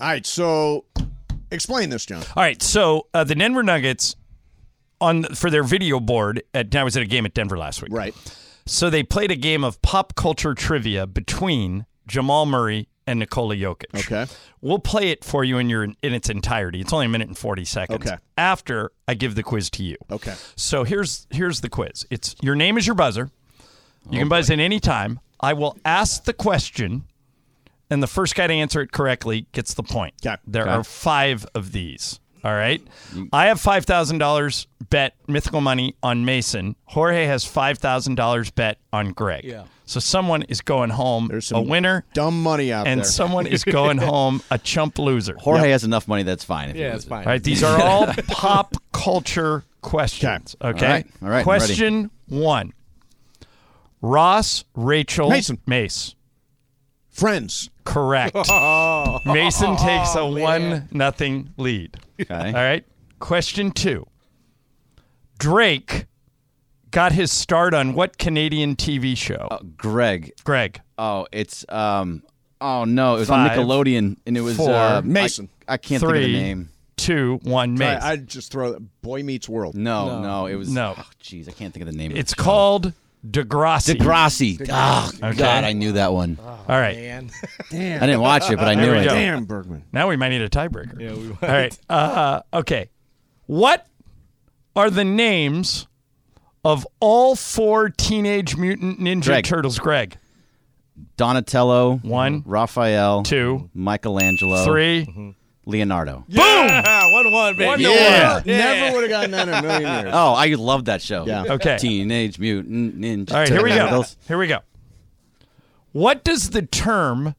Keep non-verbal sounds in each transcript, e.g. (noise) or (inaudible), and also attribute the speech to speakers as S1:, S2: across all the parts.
S1: All right, so explain this, John.
S2: All right, so uh, the Denver Nuggets on for their video board at I was at a game at Denver last week.
S1: Right.
S2: So they played a game of pop culture trivia between Jamal Murray and Nikola Jokic.
S1: Okay.
S2: We'll play it for you in your in its entirety. It's only a minute and 40 seconds.
S1: Okay.
S2: After I give the quiz to you.
S1: Okay.
S2: So here's here's the quiz. It's your name is your buzzer. You can buzz in any time. I will ask the question, and the first guy to answer it correctly gets the point.
S1: Okay.
S2: There
S3: Okay.
S2: are five of these. All right. I have five thousand dollars bet mythical money on Mason. Jorge has five thousand dollars bet on Greg. Yeah. So someone is going home
S1: There's
S2: a
S1: some
S2: winner,
S1: Dumb money out
S2: and
S1: there. (laughs)
S2: someone is going home a chump loser.
S3: Jorge has enough money. That's fine. If he
S4: Yeah, it's
S3: loses.
S4: fine.
S2: All right, these
S3: (laughs)
S2: are all pop culture questions. Okay.
S3: All right, all right, I'm ready.
S2: Question one Ross, Rachel,
S1: Mason.
S2: Mace.
S1: Friends.
S3: (laughs)
S2: Correct. Mason takes
S4: Oh,
S2: a one nothing lead.
S3: Okay.
S2: All right. Question two Drake got his start on what Canadian TV show?
S3: Uh, Greg.
S2: Greg.
S3: Oh, it's um. Oh no, it was
S2: Five,
S3: on Nickelodeon, and it was
S2: four,
S3: uh, I-
S1: Mason.
S3: I, can't think of
S2: Three,
S3: the name.
S2: two, one, Mace.
S1: I, I'd just throw that. Boy Meets World.
S3: No, no, it was.
S2: No.
S3: oh, Jeez, I can't think of the name. of
S2: it's
S3: the show.
S2: called Degrassi.
S3: Degrassi. Oh God, I knew that one.
S2: All right.
S1: (laughs)
S4: And
S3: I didn't watch it, but I knew
S2: we
S3: it.
S2: go.
S1: Damn, Bergman.
S2: Now we might need a tiebreaker.
S4: yeah, we
S2: All right. Uh, okay. What are the names of all four Teenage Mutant Ninja
S3: Greg.
S2: Turtles? Greg.
S3: Donatello.
S2: One.
S3: Raphael.
S2: Two.
S3: Michelangelo. Mm-hmm.
S2: Three.
S3: Leonardo.
S4: (laughs) Yeah, one one baby.
S2: One to
S3: Yeah.
S2: one.
S1: Never would have gotten that in a million years.
S3: Oh, I loved that show.
S1: Yeah.
S2: Okay.
S3: Teenage Mutant Ninja.
S2: All right. Here we go. (laughs)
S3: Turtles.
S2: Here we go. What does the term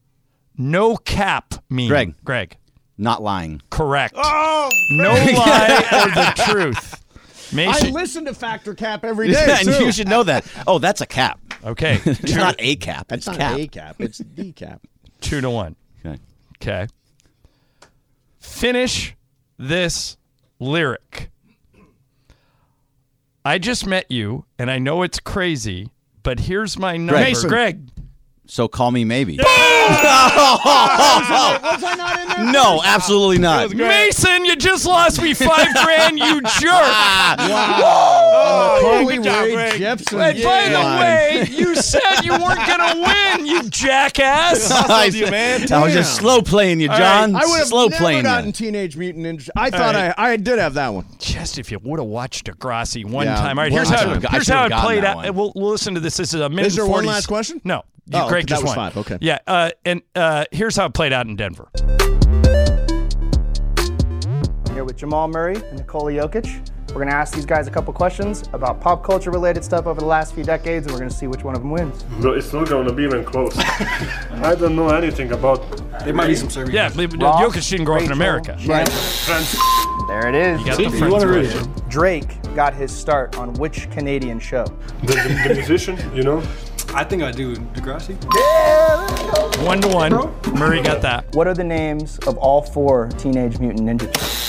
S2: "no cap" mean?
S3: Greg.
S2: Greg.
S3: Not lying.
S2: Correct.
S1: Oh,
S2: no lie or the
S1: (laughs)
S2: truth.
S1: I
S2: Mason.
S1: listen to Factor Cap
S3: (laughs)
S1: every day.
S3: and
S1: too.
S3: you should know that. Oh, that's a cap.
S2: Okay.
S3: (laughs) It's not a cap.
S1: That's
S3: It's
S1: not
S3: cap.
S1: A cap. It's D cap.
S2: (laughs) Two to one.
S3: Okay.
S2: Okay. Finish this lyric. I just met you, and I know it's crazy, but here's my number.
S1: Mason.
S2: Greg.
S3: So call me maybe. (laughs)
S1: (laughs)
S3: No, absolutely not.
S2: Mason, you just lost me five grand,
S1: (laughs)
S2: you jerk.
S1: Carly
S4: good job,
S1: Rae
S4: Greg.
S1: Jepsen.
S2: And by the
S1: line.
S2: way, you said you weren't going to win, you
S1: (laughs)
S2: jackass.
S3: I,
S4: you, man.
S3: I was just
S1: Damn.
S3: slow playing you, John.
S1: I would have
S3: slow
S1: never
S3: playing
S1: gotten
S3: you.
S1: Teenage Mutant Ninja. I thought I, I did have that one.
S2: Just if you would have watched Degrassi one
S1: Yeah,
S2: time. All right,
S1: one
S2: here's how,
S3: time.
S2: it-
S3: I
S2: here's
S3: should've
S2: how it
S3: gotten
S2: played
S3: that
S2: out.
S3: one.
S2: We'll, we'll listen to this. This is a minute
S1: Is there
S2: and
S1: one
S2: 40
S1: last question?
S2: No. You,
S1: Oh,
S2: Greg
S1: that
S2: just
S1: was
S2: won.
S1: five. Okay.
S2: Yeah, uh, and uh, here's how it played out in Denver.
S5: I'm here with Jamal Murray and Nikola Jokic. We're going to ask these guys a couple questions about pop culture related stuff over the last few decades, and we're going to see which one of them wins.
S6: No, it's not going to be even
S7: (laughs)
S6: close. I don't know anything about
S2: Yeah, believe-
S5: Ross,
S2: Jokic didn't grow up in
S5: Rachel,
S2: America.
S6: friends.
S5: There it is.
S2: Got the friends version.
S5: Drake got his start on which Canadian show?
S6: The, the, the musician, you know?
S7: I think I do Degrassi.
S2: One to one. Murray got that.
S5: What are the names of all four Teenage Mutant Ninja Turtles?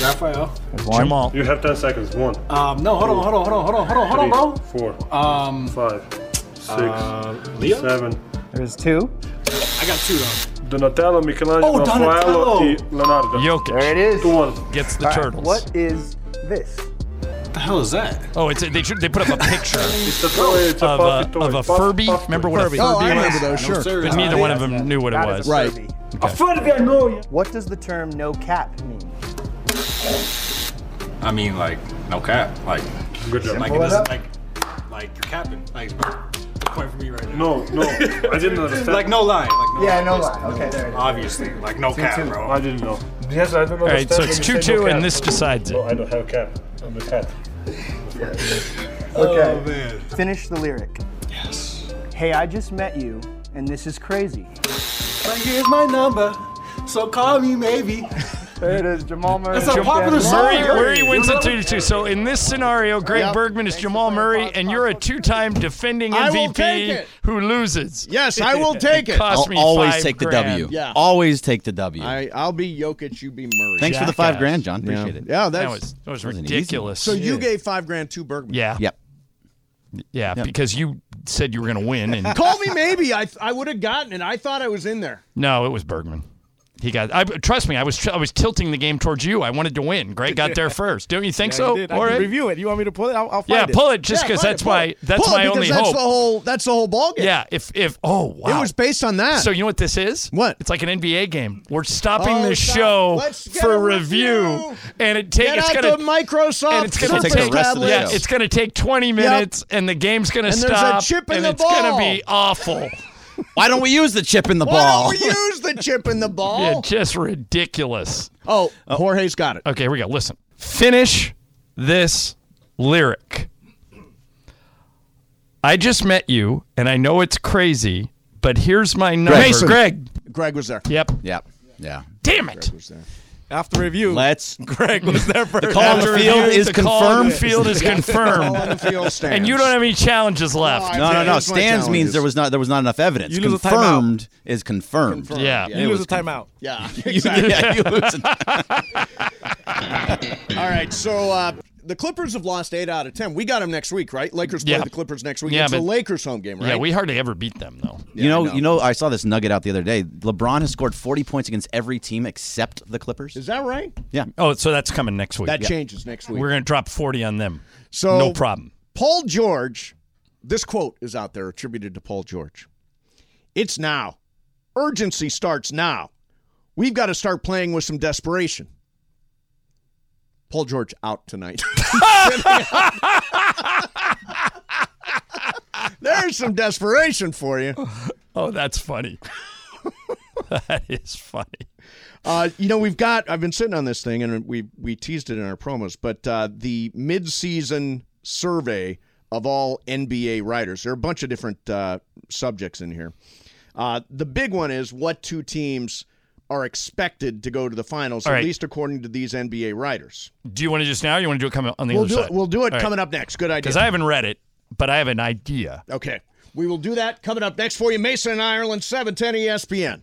S7: Raphael.
S5: There's one.
S2: Jamal.
S6: You have 10 seconds. One,
S7: Um, no, hold on, hold on, hold on, hold on, hold on, hold on, bro. uh,
S6: three, four, um, five, six,
S7: Leo?
S6: seven.
S5: There's two.
S7: I got two though.
S6: Donatello, Michelangelo,
S7: Oh,
S6: Raffaello
S7: Donatello.
S6: e Leonardo.
S2: Jokic
S5: There it is.
S6: Two, one.
S2: gets the
S5: All right,
S2: turtles.
S5: What is this?
S7: What the hell is that?
S2: Oh, it's a, they should, they put up a picture
S6: It's a toy. It's a
S2: of
S6: puffy
S2: a
S6: toy.
S2: of a
S6: Puff-
S2: Furby.
S6: puff toy.
S2: Remember what a
S1: Oh,
S2: Furby
S1: I remember
S2: was?
S1: those. Sure.
S7: Sir,
S2: But neither one of them knew what it
S5: That is
S2: was.
S5: a
S1: Right.
S5: Furby.
S6: A Furby, I know. yeah.
S5: What does the term no cap mean?
S7: I mean, like, no cap. Like,
S6: Good job.
S7: like, it doesn't, like, like, you're capping. Like, the point for me right now.
S6: No, no.
S7: (laughs)
S6: I didn't understand.
S7: Like, no lie. Like, no
S5: Yeah,
S7: lie.
S5: no
S7: Just-
S5: lie. Okay, there it is.
S7: Obviously. Like, no cap, bro.
S6: I didn't know. Yes, I don't understand.
S2: All right, so it's
S6: when you say
S2: 2 2,
S6: no
S2: and
S6: cap.
S2: this decides it.
S6: No, I don't have cap. I'm a cat.
S5: Okay.
S7: Oh, man.
S5: Finish the lyric. Yes. Hey, I just met you, and this is crazy.
S7: Like, here's my number. So call me maybe.
S5: There it is, Jamal Murray.
S7: That's a popular song.
S2: Murray, Murray
S7: You
S2: wins
S7: know?
S2: it 2 2. So in this scenario, Greg
S1: Yep.
S2: Bergman is Jamal Murray, and you're a two time defending
S1: I will take
S2: MVP
S1: it.
S2: who loses.
S1: Yes, I
S2: (laughs)
S1: will take it.
S2: Cost
S3: I'll
S2: me
S3: always
S2: five
S3: take the
S2: grand.
S3: W.
S1: Yeah.
S3: Always take the W.
S1: I, I'll be Jokic, you be Murray.
S3: Thanks for the five
S2: Jackass.
S3: grand, John.
S1: yeah.
S3: Appreciate it.
S1: Yeah, that's,
S2: That was, that was
S3: an easy one.
S2: ridiculous.
S1: so you gave five grand to Bergman.
S2: yeah, yeah,
S3: Yep.
S2: because you said you were going to win, and
S1: (laughs) Call me maybe. I I would have gotten it. I thought I was in there.
S2: no, it was Bergman. He got. I, trust me, I was I was tilting the game towards you. I wanted to win. Greg got
S4: (laughs)
S2: there first. Don't you think so?
S4: I did. I
S2: All
S4: can
S2: right.
S4: review it. You want me to pull it? I'll, I'll find
S2: Yeah,
S4: it.
S2: pull it just
S1: Yeah,
S2: because
S1: pull it,
S2: that's
S1: pull
S2: my
S1: it.
S2: that's
S1: Pull it
S2: my
S1: because
S2: only
S1: that's
S2: hope.
S1: The whole that's the whole ball game.
S2: yeah, if if oh wow,
S1: it was based on that.
S2: So you know what this is?
S1: What?
S2: It's like an NBA game. We're stopping
S1: Oh,
S2: the
S1: stop.
S2: show
S1: Let's get
S2: for
S1: a
S2: review,
S1: review.
S2: and it takes
S1: Get
S2: it's
S1: out
S2: gonna
S1: the Microsoft
S2: and it's gonna
S3: Surface
S2: take
S3: the rest of the
S2: yeah,
S3: show.
S2: it's gonna take 20 minutes, and the game's gonna
S1: And there's a
S2: stop,
S1: chip in
S2: and
S1: the
S2: it's gonna
S1: ball.
S2: be awful.
S3: Why don't we use the chip in the ball?
S1: Why don't we use the chip in the ball?
S2: (laughs) Yeah, just ridiculous.
S1: oh, Jorge's got it.
S2: Okay, here we go. Listen, finish this lyric. I just met you, and I know it's crazy, but here's my number,
S1: Mason.
S2: Greg.
S1: Greg was there.
S2: Yep.
S3: Yep. Yeah.
S2: Damn it.
S4: After review,
S3: Let's.
S4: Greg was there first.
S3: call on
S2: After
S3: the field
S2: review,
S3: is
S2: the call on the
S3: confirmed.
S2: field is confirmed.
S1: All on the field stands.
S2: And you don't have any challenges left.
S1: No,
S3: No, no, no.
S1: that's my
S3: Stands
S1: challenges.
S3: means there was not there was not enough evidence.
S4: You lose a timeout.
S3: confirmed is confirmed.
S2: Yeah.
S4: you
S3: it
S4: lose a
S3: was
S4: timeout.
S1: (laughs) Yeah.
S2: (laughs)
S3: yeah, you lose
S2: (laughs)
S3: a-
S1: All right. So uh, the Clippers have lost eight out of ten. We got them next week, right? Lakers play
S2: Yeah.
S1: the Clippers next week.
S2: Yeah,
S1: it's a
S2: but-
S1: Lakers home game, right?
S2: Yeah, we hardly ever beat them though.
S3: You know,
S1: know.
S3: you know, I saw this nugget out the other day. LeBron has scored 40 points against every team except the Clippers.
S1: Is that right?
S2: Oh, so that's coming next week.
S1: That changes next week.
S2: We're gonna drop forty on them.
S1: So
S2: no problem. (laughs)
S1: Paul George, this quote is out there attributed to Paul George. It's now. Urgency starts now. We've got to start playing with some desperation. Paul George out tonight. (laughs) There's some desperation for you.
S2: Oh, that's funny. (laughs) that is funny.
S1: Uh, you know, we've got. I've been sitting on this thing, and we we teased it in our promos. But uh, the mid-season survey of all NBA writers. There are a bunch of different uh, subjects in here. Uh, the big one is what two teams are expected to go to the finals,
S2: All
S1: at
S2: right.
S1: least according to these NBA writers.
S2: Do you want to just now? or You want to do it coming on the
S1: We'll
S2: other
S1: do it.
S2: side?
S1: We'll do it
S2: All right.
S1: coming up next. Good idea.
S2: Because I haven't read it, but I have an idea.
S1: okay, we will do that coming up next for you. Mason and Ireland, seven ten E ESPN.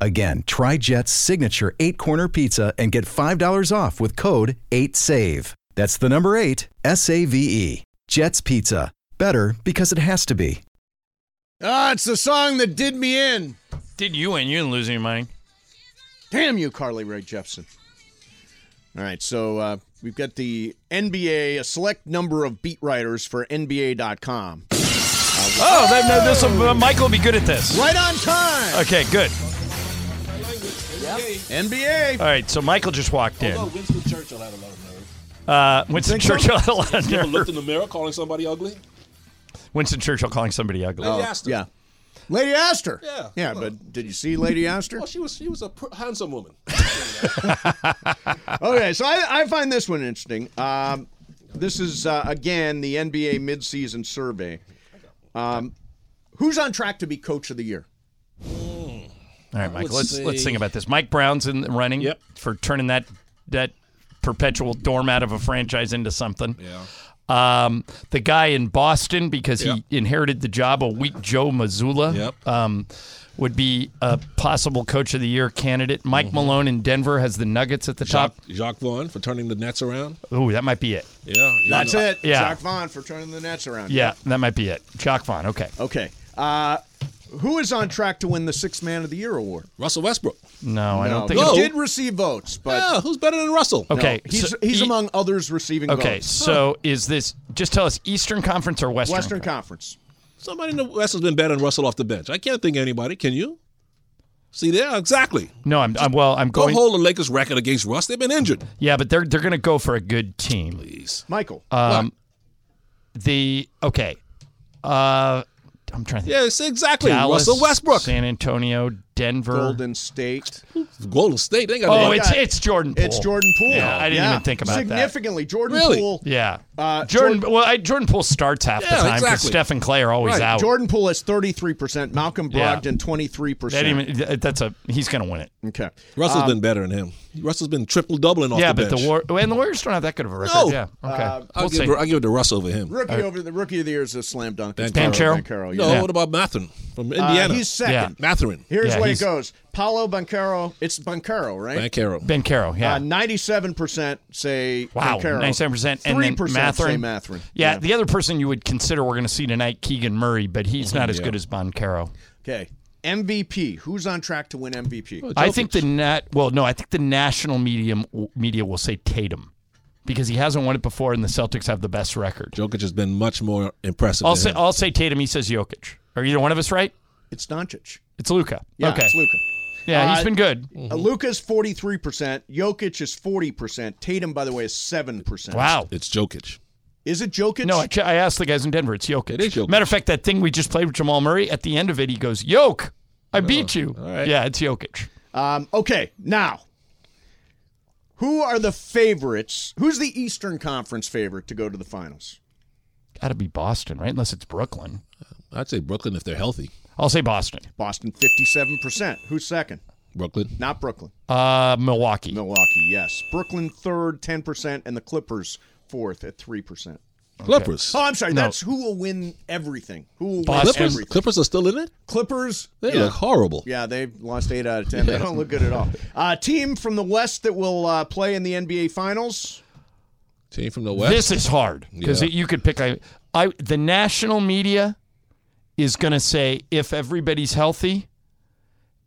S8: Again, try Jet's signature eight corner pizza and get $5 off with code 8SAVE. That's the number eight, S A V E. Jet's Pizza. Better because it has to be.
S1: Ah, it's the song that did me in.
S2: Did you win? You didn't lose any money.
S1: Damn you, Carly Rae Jepsen. All right, so uh, we've got the NBA, a select number of beat writers for NBA.com.
S2: Oh, that, no, this will, uh, Michael will be good at this.
S1: Right on time!
S2: Okay, good.
S1: NBA!
S2: All right, so Michael just walked in.
S9: Although Winston Churchill had a lot of nerve.
S2: Uh, Winston
S9: so?
S2: Churchill (laughs) had a lot of
S9: Ever looked
S2: nerve.
S9: in the mirror calling somebody ugly?
S2: Winston Churchill calling somebody ugly.
S9: They asked him.
S1: Oh, Yeah. Lady Astor.
S9: Yeah.
S1: Yeah,
S9: Well-
S1: but did you see Lady
S9: (laughs)
S1: Astor?
S9: Well, she was she was a pr- handsome woman.
S1: okay, so I, I find this one interesting. Um, this is uh, again the NBA midseason survey. Um, who's on track to be coach of the year?
S2: All right, Mike.
S9: would
S2: Let's let's
S9: say-
S2: think about this. Mike Brown's in the running for turning that that perpetual doormat of a franchise into something.
S9: Yeah.
S2: Um, the guy in Boston because he inherited the job a week Joe Missoula.
S9: Yep.
S2: Um, would be a possible coach of the year candidate. Mike Malone in Denver has the Nuggets at the
S9: Mm-hmm. Jacques,
S2: top.
S9: Jacques Vaughn for turning the Nets around.
S2: Ooh, that might be it.
S9: Yeah, you
S1: That's
S9: know.
S1: it.
S2: Yeah.
S1: Jacques Vaughn for turning the Nets around.
S2: Yeah, that might be it. Jock Vaughn. Okay.
S1: Okay. Uh, who is on track to win the Sixth Man of the Year award?
S9: Russell Westbrook.
S2: No, I don't
S1: No,
S2: think.
S1: he
S9: No.
S1: did receive votes, but
S9: yeah, who's better than Russell?
S1: no,
S2: Okay,
S1: he's
S2: so
S1: he's
S2: he-
S1: among others receiving
S2: Okay,
S1: votes.
S2: so is this just tell us Eastern Conference or Western?
S1: Western Conference.
S9: Somebody in the West has been better than Russell off the bench. I can't think of anybody. Can you? See there, exactly.
S2: No, I'm, I'm well. I'm
S9: Go
S2: going.
S9: hold the Lakers record against Russ. They've been injured.
S2: Yeah, but they're they're going to go for a good team.
S9: Jeez.
S1: Michael.
S2: Um, the okay, uh, I'm trying to think.
S9: Yeah, it's exactly
S2: Dallas,
S9: Russell Westbrook.
S2: San Antonio, Denver.
S1: Golden State.
S9: Golden State. They ain't got
S2: Oh,
S9: no-
S2: it's it's Jordan. Poole.
S1: It's Jordan Poole.
S2: Yeah, I didn't even think about that.
S1: Significantly, Jordan
S9: Really?
S1: Poole.
S2: Yeah,
S1: Uh,
S2: Jordan. Well, I, Jordan Poole starts half
S9: Yeah,
S2: the time because
S9: exactly.
S2: Steph and Clay are always
S9: Right,
S2: out.
S1: Jordan Poole has 33%. Malcolm
S2: Yeah.
S1: Brogdon, 23%.
S2: That even, that's a he's going to win it.
S1: okay. Um,
S9: Russell's been better than him. Russell's been triple doubling off
S2: yeah,
S9: the
S2: but
S9: bench.
S2: the war and the Warriors don't have that good of a record.
S9: No.
S2: Yeah, okay.
S9: I'll,
S2: we'll
S9: give,
S2: see.
S9: it- I'll give it to Russ over him.
S1: Uh, Rookie over the rookie of the year is a slam dunk. It's
S2: Dan Carroll.
S1: Dan Carroll, yeah.
S9: No,
S2: Yeah.
S9: what about Matherin from
S1: Uh,
S9: Indiana?
S1: he's second.
S9: Matherin.
S1: Here's
S2: Yeah,
S1: where
S2: he's-
S1: it goes. Paolo Bancaro. It's Bancaro, right?
S9: Bank Carroll.
S2: Ben Caro. Yeah.
S1: Uh, 97% say
S2: Wow,
S1: Bancaro.
S2: 97%, and then
S1: 3% say
S2: Mathurin.
S1: Mathurin.
S2: Yeah, the other person you would consider we're going to see tonight, Keegan Murray, but he's not as good as Boncaro.
S1: Okay. MVP. Who's on track to win MVP?
S2: I think the nat. Well, no, I think the national medium media will say Tatum because he hasn't won it before, and the Celtics have the best record.
S9: Jokic has been much more impressive.
S2: I'll
S9: than
S2: say
S9: him.
S2: I'll say Tatum. He says Jokic. Are either one of us right?
S1: It's Doncic.
S2: It's Luca.
S1: Yeah,
S2: okay.
S1: it's Luka.
S2: Yeah,
S1: Uh,
S2: he's been good.
S1: Uh, Luka's 43%. Jokic is 40%. Tatum, by the way, is 7%.
S2: Wow.
S9: it's Jokic.
S1: Is it Jokic?
S2: No, I, che- I asked the guys in Denver. It's Jokic.
S9: It is Jokic.
S2: Matter of fact, that thing we just played with Jamal Murray. At the end of it, he goes, "Yoke, I beat you."
S9: Oh, right.
S2: Yeah, it's Jokic.
S1: Um, okay, now, who are the favorites? Who's the Eastern Conference favorite to go to the finals?
S2: Got to be Boston, right? Unless it's Brooklyn.
S9: Uh, I'd say Brooklyn if they're healthy.
S2: I'll say Boston.
S1: Boston, 57%. Who's second?
S9: Brooklyn.
S1: Not Brooklyn.
S2: Uh, Milwaukee.
S1: Milwaukee, yes. Brooklyn, third, 10%, and the Clippers, fourth, at 3%.
S9: Clippers.
S1: Oh, I'm sorry. That's who will win everything. Who will
S2: Boston.
S1: win
S9: Clippers.
S1: everything?
S9: Clippers are still in it.
S1: Clippers.
S9: They
S1: yeah.
S9: look horrible.
S1: Yeah, they've lost eight out of ten. They don't look good at all. Uh, team from the West that will uh, play in the NBA Finals.
S9: Team from the West.
S2: This is hard because
S9: Yeah.
S2: you could pick. I, I the national media is going to say if everybody's healthy,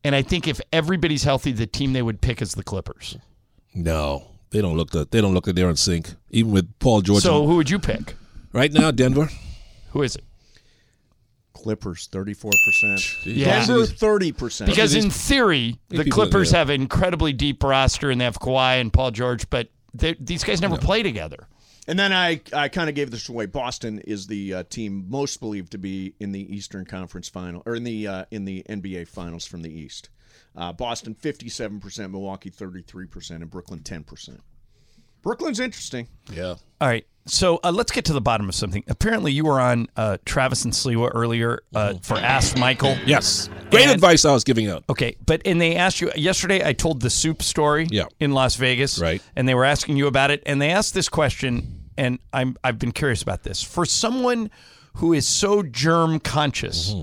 S2: and I think if everybody's healthy, the team they would pick is the Clippers.
S9: no, they don't look. The, they don't look like they're in sync. Even with Paul George.
S2: So who would you pick?
S9: right now, Denver.
S2: Who is it?
S1: Clippers, thirty-four percent.
S2: Yeah.
S1: Denver, thirty percent.
S2: Because in theory, the
S9: people in
S2: Clippers
S9: there.
S2: have an incredibly deep roster and they have Kawhi and Paul George, but they, these guys never play together.
S1: and then I, I kind of gave this away. Boston is the uh, team most believed to be in the Eastern Conference Final or in the uh, in the NBA Finals from the East. Uh, Boston, fifty-seven percent. Milwaukee, thirty-three percent, and Brooklyn, ten percent. Brooklyn's interesting.
S9: Yeah.
S2: All right. So uh, let's get to the bottom of something. Apparently, you were on uh, Travis and Sliwa earlier uh, for Ask Michael.
S9: Yes. Great
S2: And-
S9: advice I was giving out.
S2: Okay, but and they asked you yesterday. I told the soup story
S9: Yeah.
S2: in Las Vegas,
S9: Right.
S2: And they were asking you about it, and they asked this question, and I'm I've been curious about this. For someone who is so germ conscious,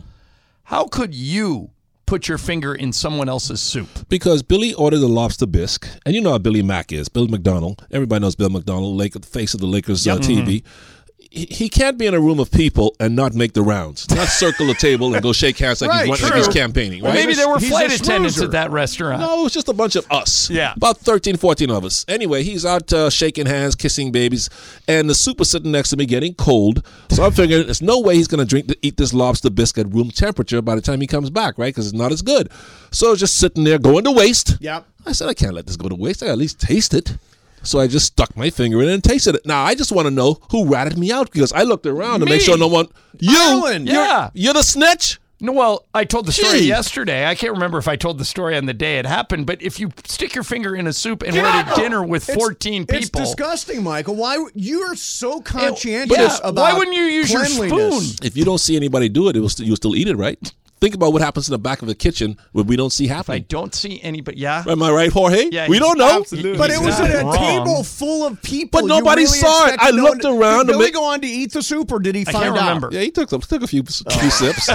S2: how could you put your finger in someone else's soup?
S9: Because Billy ordered a lobster bisque, and you know how Billy Mack is. Bill McDonald. Everybody knows Bill McDonald, Lake, the face of the Lakers uh, TV.
S2: Mm-hmm.
S9: He, he can't be in a room of people and not make the rounds, not circle the table and go shake hands like
S1: Right,
S9: he's, like
S1: true.
S9: he's campaigning. Right?
S2: Well, maybe
S1: He's a-
S2: there were
S1: he's a
S2: flight attendants
S1: schmoozer.
S2: at that restaurant.
S9: No, it was just a bunch of us.
S2: Yeah.
S9: About 13, 14 of us. Anyway, he's out uh, shaking hands, kissing babies, and the soup is sitting next to me getting cold. So I'm figuring there's no way he's going to drink eat this lobster biscuit at room temperature by the time he comes back, right? Because it's not as good. So it's just sitting there going to waste.
S1: Yep.
S9: I said, I can't let this go to waste. I gotta at least taste it. So I just stuck my finger in it and tasted it. Now I just want to know who ratted me out because I looked around to
S2: Me.
S9: make sure no one. You,
S1: Ireland.
S9: you're,
S2: Yeah.
S9: you're the snitch.
S2: No, well, I told the story
S9: Gee.
S2: yesterday. I can't remember if I told the story on the day it happened, but if you stick your finger in a soup and we're at a dinner with
S1: It's-
S2: 14
S1: It's
S2: people,
S1: disgusting, Michael. Why you're so conscientious
S2: but if- why
S1: about
S2: wouldn't you use your
S1: cleanliness.
S9: If you don't see anybody do it, it will st- you'll still eat it, right? Think about what happens in the back of the kitchen when we don't see
S2: I
S9: happening.
S2: don't see anybody. Yeah.
S9: Am I right, Jorge?
S2: Yeah,
S9: we
S2: he's-
S9: don't know.
S2: absolutely.
S1: But it was
S2: He's
S1: at a
S2: not wrong.
S1: table full of people.
S9: But
S1: You
S9: nobody
S1: really
S9: saw it.
S1: expect
S9: I
S1: no
S9: looked
S1: one- Did
S9: around to
S1: Billy
S9: make-
S1: go on to eat the soup, or did he
S2: I
S1: find
S2: can't
S1: out?
S2: remember.
S9: Yeah, he took some, took a few s-
S1: (laughs)
S9: few sips.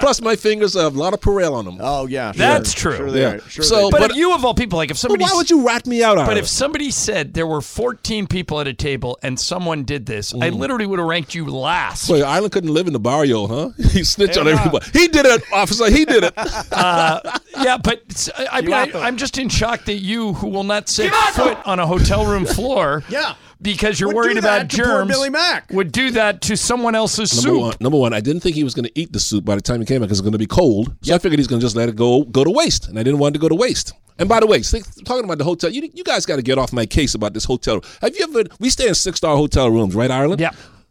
S9: Plus, my fingers have a lot of Perel on them.
S1: Oh yeah, sure.
S2: That's true.
S1: Sure they
S9: Yeah.
S1: are. Sure
S9: So-
S1: they
S2: But,
S9: But-
S2: if you of all people, like if
S9: But
S2: somebody,
S9: why would you rat me out?
S2: but
S9: Ira?
S2: if somebody said there were 14 people at a table and someone did this, I
S9: Mm.
S2: literally would have ranked you last.
S9: Wait, Island couldn't live in the barrio, huh? (laughs) He snitched on everybody. He did it, officer.
S2: (laughs)
S9: He did it.
S2: Uh, yeah, but it's- I, I mean, I, I'm just in shock that you, who will not set foot on a
S1: (laughs)
S2: hotel room floor,
S1: Yeah.
S2: because you're
S1: Would
S2: worried
S1: do
S2: about
S1: that to poor
S2: germs,
S1: Billy Mack.
S2: would do that to someone else's
S9: Number
S2: soup.
S9: one, number one, I didn't think he was going to eat the soup by the time he came out because it's going to be cold. So I figured he's going to just let it go go to waste, and I didn't want it to go to waste. And by the way, think, talking about the hotel, you you guys got to get off my case about this hotel. Have you ever? We stay in six star hotel rooms, right, Ireland?
S2: Yeah.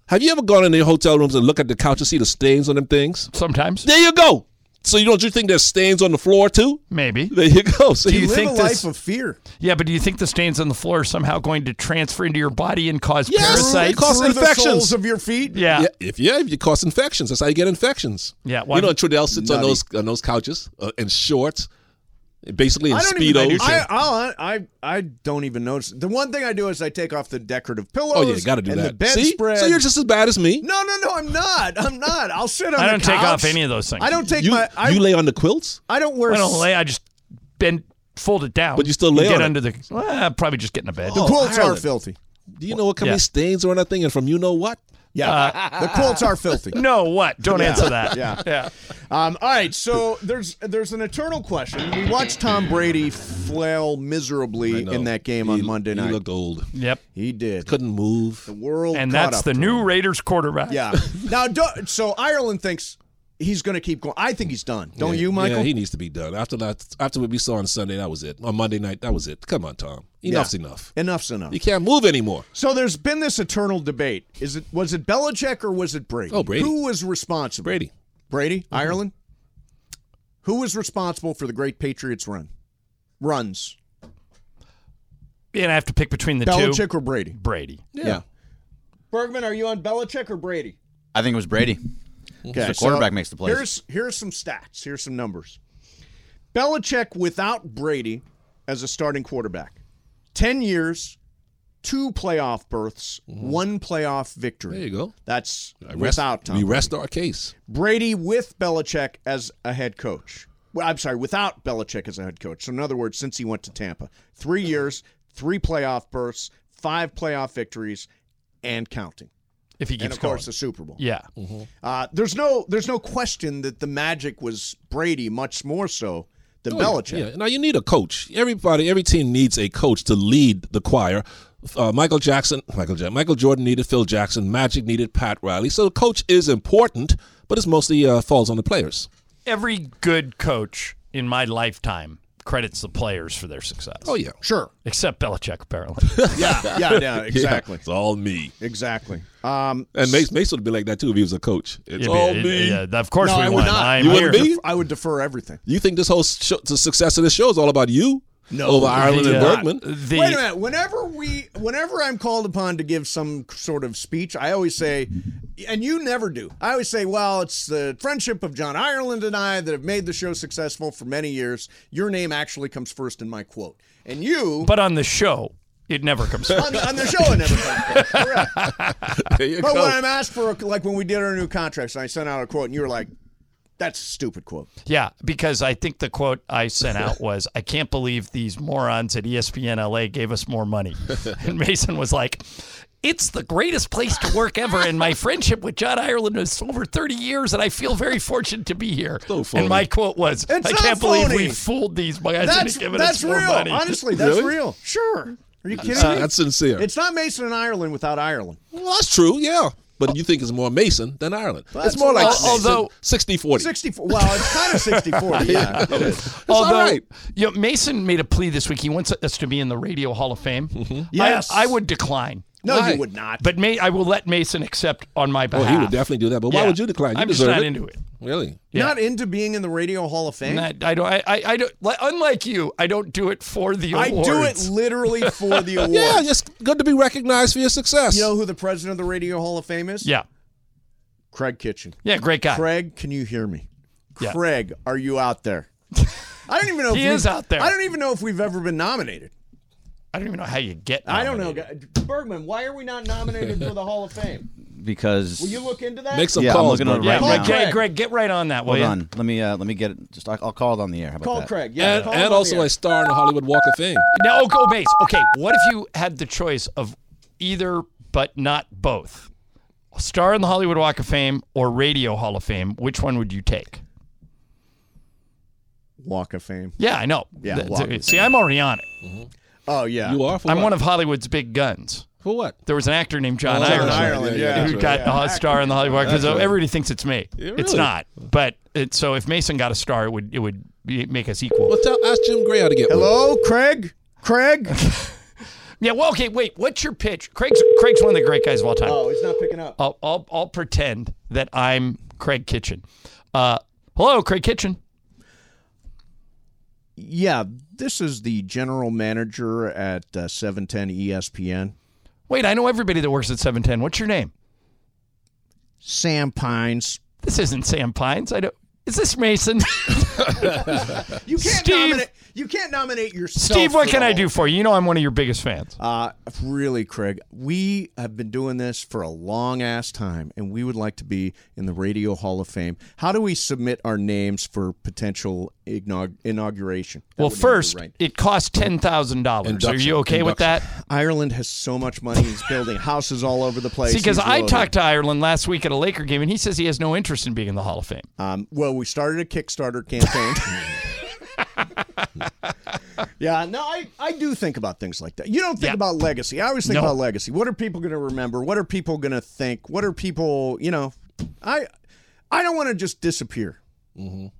S9: Have you ever gone in the hotel rooms and look at the couch and see the stains on them things?
S2: Sometimes,
S9: There you go. So you don't you think there's stains on the floor too?
S2: maybe.
S9: There you go. Oh, So
S2: Do
S1: You
S2: you
S1: live
S2: think
S1: a
S2: this-
S1: life of fear.
S2: Yeah, but do you think the stains on the floor are somehow going to transfer into your body and cause
S9: Yes. They
S2: parasites?
S9: cause
S1: Through the
S9: infections.
S1: soles of your feet.
S2: Yeah.
S9: Yeah, if yeah, if you cause infections, that's how you get infections.
S2: Yeah, why-
S9: you know, Trudell sits on
S1: Nutty.
S9: those on those couches uh, in shorts, basically in
S1: I don't even.
S9: speedos.
S1: I, I'll- I I don't even notice. The one thing I do is I take off the decorative pillows.
S9: oh yeah, got to do
S1: and
S9: that.
S1: The
S9: See,
S1: bedspread.
S9: so you're just as bad as me.
S1: No, no, no. I'm not. I'm not. I'll sit on.
S2: I
S1: the
S2: don't take
S1: couch.
S2: off any of those things.
S1: I don't take
S9: you
S1: my. I,
S9: you lay on the quilts.
S1: I don't wear.
S2: I don't lay. I just bend, fold it down.
S9: But you still lay
S2: and Oh. get
S9: on it. Oh,
S2: under the. Well, I'll probably just get in a bed.
S1: The quilts are
S9: Ireland.
S1: filthy.
S9: Do you know what kind
S2: Yeah. Uh,
S9: of stains are on that thing? And from you know what?
S1: Yeah, (laughs) the quilts are filthy.
S2: (laughs) No, what? Don't answer that.
S1: yeah.
S2: (laughs) yeah.
S1: Um, all right, so there's there's an eternal question. We watched Tom Brady flail miserably
S9: No.
S1: in that game
S9: He-
S1: on Monday night.
S9: he looked old,
S2: Yep.
S1: he did.
S9: couldn't move.
S1: The world
S2: And
S1: caught
S2: that's
S1: up
S2: the
S1: to
S2: new
S1: him.
S2: Raiders quarterback. (laughs)
S1: Yeah. Now, don't, so Ireland thinks he's going to keep going. I think he's done. Don't you, Michael?
S9: Yeah, he needs to be done. After that, after what we saw on Sunday, that was it. On Monday night, that was it. Come on, Tom. Enough's
S1: Yeah.
S9: enough.
S1: Enough's enough.
S9: You can't move anymore.
S1: So there's been this eternal debate. Is it was it Belichick or was it Brady?
S9: Oh, Brady.
S1: Who was responsible?
S9: Brady. Mm-hmm.
S1: Brady, Ireland. Who was responsible for the great Patriots run? Runs.
S2: And I have to pick between the two.
S1: Belichick or Brady?
S2: Brady.
S1: Yeah. Bergman, are you on Belichick or Brady?
S3: I think it was Brady.
S1: Okay,
S3: the quarterback makes the plays.
S1: Here's here's some stats. Here's some numbers. Belichick without Brady as a starting quarterback, ten years, two playoff berths, one playoff victory.
S9: Mm-hmm. There you go.
S1: That's
S9: I rest-
S1: without Tom
S9: We
S1: Brady.
S9: rest our case.
S1: Brady with Belichick as a head coach. Well, I'm sorry, without Belichick as a head coach. So, in other words, since he went to Tampa, three years, three playoff berths, five playoff victories, and counting.
S2: If he
S1: And
S2: keeps
S1: of course, the
S2: going.
S1: Super Bowl.
S2: Yeah.
S1: Uh, there's no, there's no question that the magic was Brady, much more so than
S9: Oh,
S1: Belichick.
S9: Yeah. Now you need a coach. Everybody, every team needs a coach to lead the choir. Uh, Michael Jackson, Michael Ja- Michael Jordan needed Phil Jackson. Magic needed Pat Riley. So the coach is important, but it's mostly uh, falls on the players.
S2: Every good coach in my lifetime credits the players for their success.
S9: Oh yeah,
S1: Sure.
S2: Except Belichick,
S9: (laughs)
S2: apparently.
S1: (laughs) Yeah. Yeah. Yeah. Uh, Exactly.
S9: it's all me.
S1: Exactly. Um,
S9: And Mace, Mace would be like that too if he was a coach. It's
S2: Yeah,
S9: all
S2: yeah,
S9: me.
S2: yeah, of course
S1: no,
S2: we
S1: I would
S2: won.
S1: not.
S2: I'm
S9: You
S2: here.
S9: wouldn't be?
S1: I would defer everything.
S9: You think this whole show, the success of this show is all about you? No, over Ireland
S2: The,
S9: and
S2: uh,
S9: Bergman.
S2: the-
S1: Wait a minute. Whenever we, whenever I'm called upon to give some sort of speech, I always say, and you never do. I always say, well, it's the friendship of John Ireland and I that have made the show successful for many years. Your name actually comes first in my quote, and you.
S2: But on the show, it never
S1: (laughs)
S2: comes.
S1: on, on the show, it never comes. first. Correct.
S9: (laughs) There you
S1: But
S9: go.
S1: when I'm asked for, a, like when we did our new contracts, and I sent out a quote, and you were like, "That's a stupid quote."
S2: Yeah, because I think the quote I sent
S9: (laughs)
S2: out was, "I can't believe these morons at E ESPN LA gave us more
S9: (laughs)
S2: money." And Mason was like, "It's the greatest place to work ever, and my friendship with John Ireland is over 30 years, and I feel very fortunate to be here."
S9: So phony.
S2: and my quote was,
S1: It's
S2: "I
S1: not
S2: can't believe
S1: phony.
S2: we fooled these guys
S1: That's
S2: into giving
S1: that's
S2: us more
S1: real.
S2: money."
S1: Honestly, that's
S9: Really?
S1: real. Sure. Are you kidding me?
S9: That's sincere.
S1: It's not Mason and Ireland without Ireland.
S9: Well, that's true, yeah. But you think it's more Mason than Ireland. it's more like
S2: Al- although-
S9: 60 40.
S1: 64. Well, it's kind
S2: (laughs)
S1: of 64.
S9: (laughs)
S1: yeah. it is.
S2: Although,
S9: all right.
S2: you
S9: Mm-hmm.
S2: know, Mason made a plea this week. He wants us to be in the Radio Hall of Fame.
S1: Yes.
S2: I, I would decline.
S1: No,
S2: Why?
S1: you would not.
S2: But May, I will let Mason accept on my
S9: Oh,
S2: behalf.
S9: he would definitely do that. But why
S2: Yeah.
S9: would you decline? You
S2: I'm just
S9: deserve
S2: not
S9: it.
S2: into it.
S9: Really?
S1: Not into being in the Radio Hall of Fame.
S2: Not- I don't. I, I, I don't. li- Unlike you, I don't do it for the
S1: I
S2: awards.
S1: do it literally for
S9: (laughs)
S1: the awards.
S9: Yeah, it's good to be recognized for your success.
S1: You know who the president of the Radio Hall of Fame is?
S2: Yeah,
S1: Craig Kitchen.
S2: yeah. Great guy.
S1: Craig, can you hear me?
S2: Yeah.
S1: Craig, are you out
S2: (laughs)
S1: there? I don't even know.
S2: He
S1: if
S2: is
S1: we've-
S2: out there.
S1: I don't even know if we've ever been nominated.
S2: I don't even know how you get.
S1: I don't know,
S2: nominated.
S1: guy- Bergman. Why are we not nominated for the Hall of
S2: (laughs)
S1: Fame?
S3: because
S1: Will you look into that?
S9: Make some
S3: Yeah, I'm
S9: calls.
S3: looking at it
S9: bro.
S3: right
S2: Yeah, Greg,
S3: now.
S2: Greg, Greg, get right on that, will
S3: Hold
S2: you?
S3: on. Let me uh, let me get it. Just I'll, I'll call it on the air. How about
S1: call
S3: that?
S1: Craig. Yeah,
S9: And,
S1: call him
S9: and
S1: on
S9: also
S1: the
S9: a
S1: air.
S9: star in the Hollywood Walk of Fame.
S2: Now, oh, go base. Okay, what if you had the choice of either but not both? Star in the Hollywood Walk of Fame or Radio Hall of Fame, which one would you take?
S1: Walk of Fame.
S2: Yeah, I know.
S1: Yeah,
S2: Th-
S1: Walk of
S2: see, I'm already on it.
S9: Mm-hmm.
S1: Oh yeah,
S9: You are for
S2: I'm
S9: what?
S2: one of Hollywood's big guns.
S9: for what?
S2: There was an actor named John
S9: Oh,
S2: Ireland,
S1: Ireland, yeah,
S2: who
S9: that's
S2: got
S9: right.
S2: a star in the Hollywood Walk because
S9: That's right.
S2: everybody thinks it's me.
S9: Yeah,
S2: It's
S9: really.
S2: not. But it, so if Mason got a star, it would it would be- make us equal.
S9: Well, tell, ask Jim Gray how to get one.
S1: Hello, Craig.
S2: (laughs)
S1: Craig.
S2: Yeah. Well, okay. Wait. What's your pitch? Craig's Craig's one of the great guys of all time.
S1: oh, he's not picking up.
S2: I'll, I'll, I'll pretend that I'm Craig Kitchen. Uh, hello, Craig Kitchen.
S1: Yeah, this is the general manager at uh, 710 ESPN,
S2: Wait, I know everybody that works at 710. What's your name?
S1: Sam Pines.
S2: This isn't Sam Pines. I don't. Is this
S1: (laughs)
S2: Mason?
S1: You can't
S2: Steve-
S1: nominate. You can't nominate yourself.
S2: Steve, what
S1: for
S2: can
S1: the
S2: I
S1: Hall
S2: do for you? You know I'm one of your biggest fans.
S1: Uh, really, Craig, we have been doing this for a long ass time, and we would like to be in the Radio Hall of Fame. How do we submit our names for potential inaug- inauguration? That
S2: well,
S1: would be
S2: first,
S1: right.
S2: it costs ten thousand dollars. Are
S9: Induction,
S2: you okay with that?
S1: Ireland has so much money; he's building houses all over the place.
S2: See, because
S1: He's
S2: I
S1: loaded.
S2: talked to Ireland last week at a Laker game, and he says he has no interest in being in the Hall of Fame.
S1: Um, well, we started a Kickstarter
S2: (laughs)
S1: campaign. yeah, no, I, I do think about things like that. You don't think
S2: Yeah.
S1: about legacy. I always think
S2: No.
S1: about legacy. What are people going to remember? What are people going to think? What are people, you know, I I don't want to just disappear.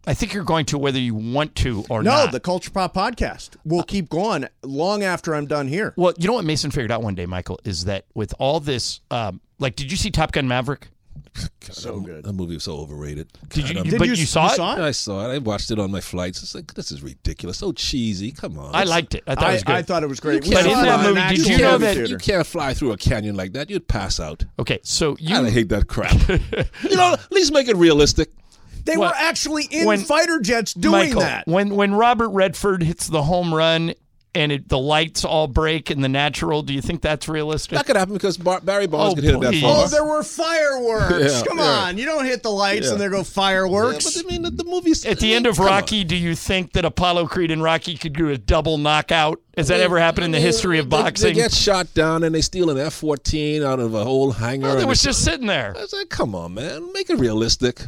S2: I think you're going to whether you want to or
S1: No,
S2: not. Uh,
S1: the Culture Pop podcast will keep going long after I'm done here.
S2: well, you know what Mason figured out one day, Michael, is that with all this, um, like, did you see Top Gun Maverick?
S1: So good.
S9: That movie was so overrated.
S2: Did you?
S9: God,
S1: Did
S2: but
S1: you-
S2: you,
S1: you
S2: saw it?
S1: saw
S9: I'm- I saw it. I watched it on my flights. It's like this is ridiculous. So cheesy. Come on.
S2: I
S9: It's-
S2: liked it. I thought it
S1: I,
S2: was good.
S1: I thought it was great.
S9: You can't
S2: But in
S1: saw it
S2: that
S1: on an
S2: movie,
S1: actual
S2: did you know
S1: movie
S2: that-
S9: You
S1: theater.
S9: can't fly through a canyon like that. You'd pass out.
S2: okay, so you
S9: I hate that crap.
S2: (laughs)
S9: you know, at least make it realistic.
S1: they
S2: Well,
S1: were actually in
S2: when-
S1: fighter jets doing
S2: Michael,
S1: that.
S2: When when Robert Redford hits the home run and it, the lights all break in the natural, do you think that's realistic?
S9: That could happen because Bar- Barry Bonds
S2: Oh,
S9: could hit it that
S2: please.
S9: far.
S1: Oh, there were fireworks.
S9: (laughs) Yeah,
S1: Come
S9: yeah.
S1: on. You don't hit the lights
S9: Yeah.
S1: and there go
S9: Yeah,
S1: fireworks.
S9: but I mean, the, the movie's
S2: At the end of
S9: come on.
S2: Rocky, do you think that Apollo Creed and Rocky could do a double knockout? Has that ever happened in the
S9: I mean,
S2: history of
S9: they-
S2: boxing?
S9: They, get shot down and they steal an F-14 out of a whole hangar.
S2: Well, it
S9: and
S2: was
S9: it's-
S2: just sitting there.
S9: I was like, come on, man, make it realistic.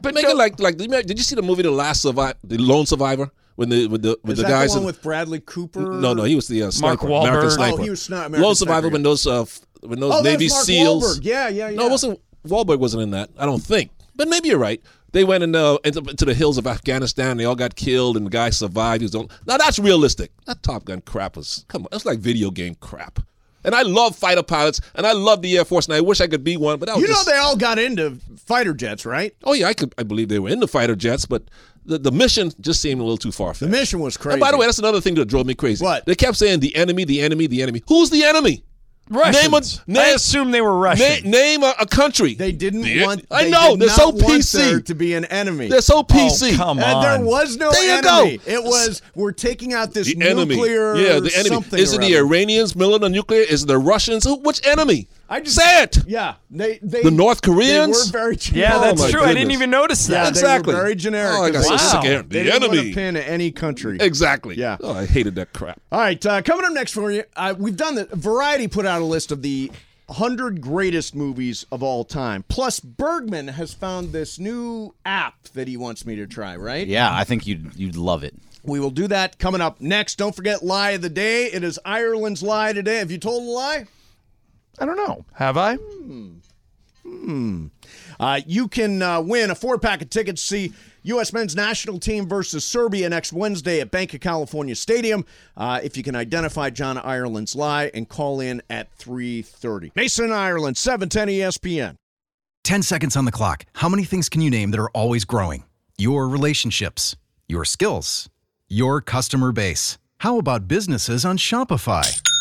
S2: But
S9: make
S2: no-
S9: it like like. Did you see the movie The Last Survivor, The Lone Survivor, when the with the
S1: Is
S9: with the
S1: that
S9: guys
S1: the one
S9: in-
S1: with Bradley Cooper?
S9: No, no, he was the uh,
S2: Mark
S9: sniper, American
S2: Wahlberg.
S9: sniper.
S1: Oh, he was not American
S9: Lone
S1: sniper,
S9: Survivor
S1: yeah.
S9: when those uh, f- when those
S1: Oh, that was
S9: Navy
S1: Mark
S9: SEAls.
S1: Wahlberg. Yeah, yeah, yeah.
S9: No, it wasn't. Wahlberg wasn't in that. I don't think. But maybe you're right. They went in, uh, into, into the hills of Afghanistan. They all got killed, and the guy survived. He was on. Now that's realistic. That Top Gun crap was come on. That's like video game crap. And I love fighter pilots, and I love the Air Force, and I wish I could be one. But that was
S1: You know
S9: just-
S1: they all got into fighter jets, right?
S9: Oh yeah, I could. I believe they were in the fighter jets, but the, the mission just seemed a little too far.
S1: The mission was crazy.
S9: And by the way, that's another thing that drove me crazy.
S1: What?
S9: They kept saying the enemy, the enemy, the enemy. Who's the enemy? Name a,
S2: Russians. I
S9: name,
S2: assume they were
S9: na-
S2: Russian.
S9: name a, a country.
S1: they didn't
S9: The-
S1: want.
S9: I
S1: they
S9: know
S1: did
S9: they're
S1: not
S9: so
S1: want there
S9: PC.
S1: to be an enemy.
S9: They're so PC.
S2: Oh, come
S1: and there
S2: on.
S1: was no
S9: Oh, There you
S1: enemy.
S9: go.
S1: It was we're taking out this
S9: the enemy.
S1: nuclear.
S9: Yeah, the enemy.
S1: Something
S9: Is
S1: or
S9: it the
S1: other.
S9: Iranians, military nuclear? Is it the Russians? Who, which enemy?
S1: I just-
S9: Say it.
S1: Yeah, they, they
S9: The North
S1: They
S9: Koreans?
S1: were very.
S2: yeah,
S9: Oh,
S2: that's
S9: my
S2: true. I didn't
S9: goodness.
S2: even notice that.
S1: Yeah,
S9: exactly.
S1: They were very generic.
S9: Oh, I got so
S1: Wow.
S9: sick of hearing,
S1: They
S9: The
S1: didn't want to
S9: enemy.
S1: pin any country.
S9: Exactly.
S1: Yeah.
S9: Oh, I hated that crap.
S1: All right, uh, coming up next for you, uh, we've done the Variety put out a list of the 100 greatest movies of all time. Plus, Bergman has found this new app that he wants me to try, right?
S3: Yeah, I think you'd you'd love it.
S1: We will do that coming up next. Don't forget Lie of the Day. It is Ireland's Lie today. Have you told a lie?
S2: I don't know. Have I?
S1: Hmm. Uh, you can uh, win a four pack of tickets to see U.S. men's national team versus Serbia next Wednesday at Bank of California Stadium uh, if you can identify John Ireland's lie and call in at 3.30. Mason Ireland, E 710 ESPN.
S8: 10 seconds on the clock. How many things can you name that are always growing? Your relationships, your skills, your customer base. How about businesses on Shopify?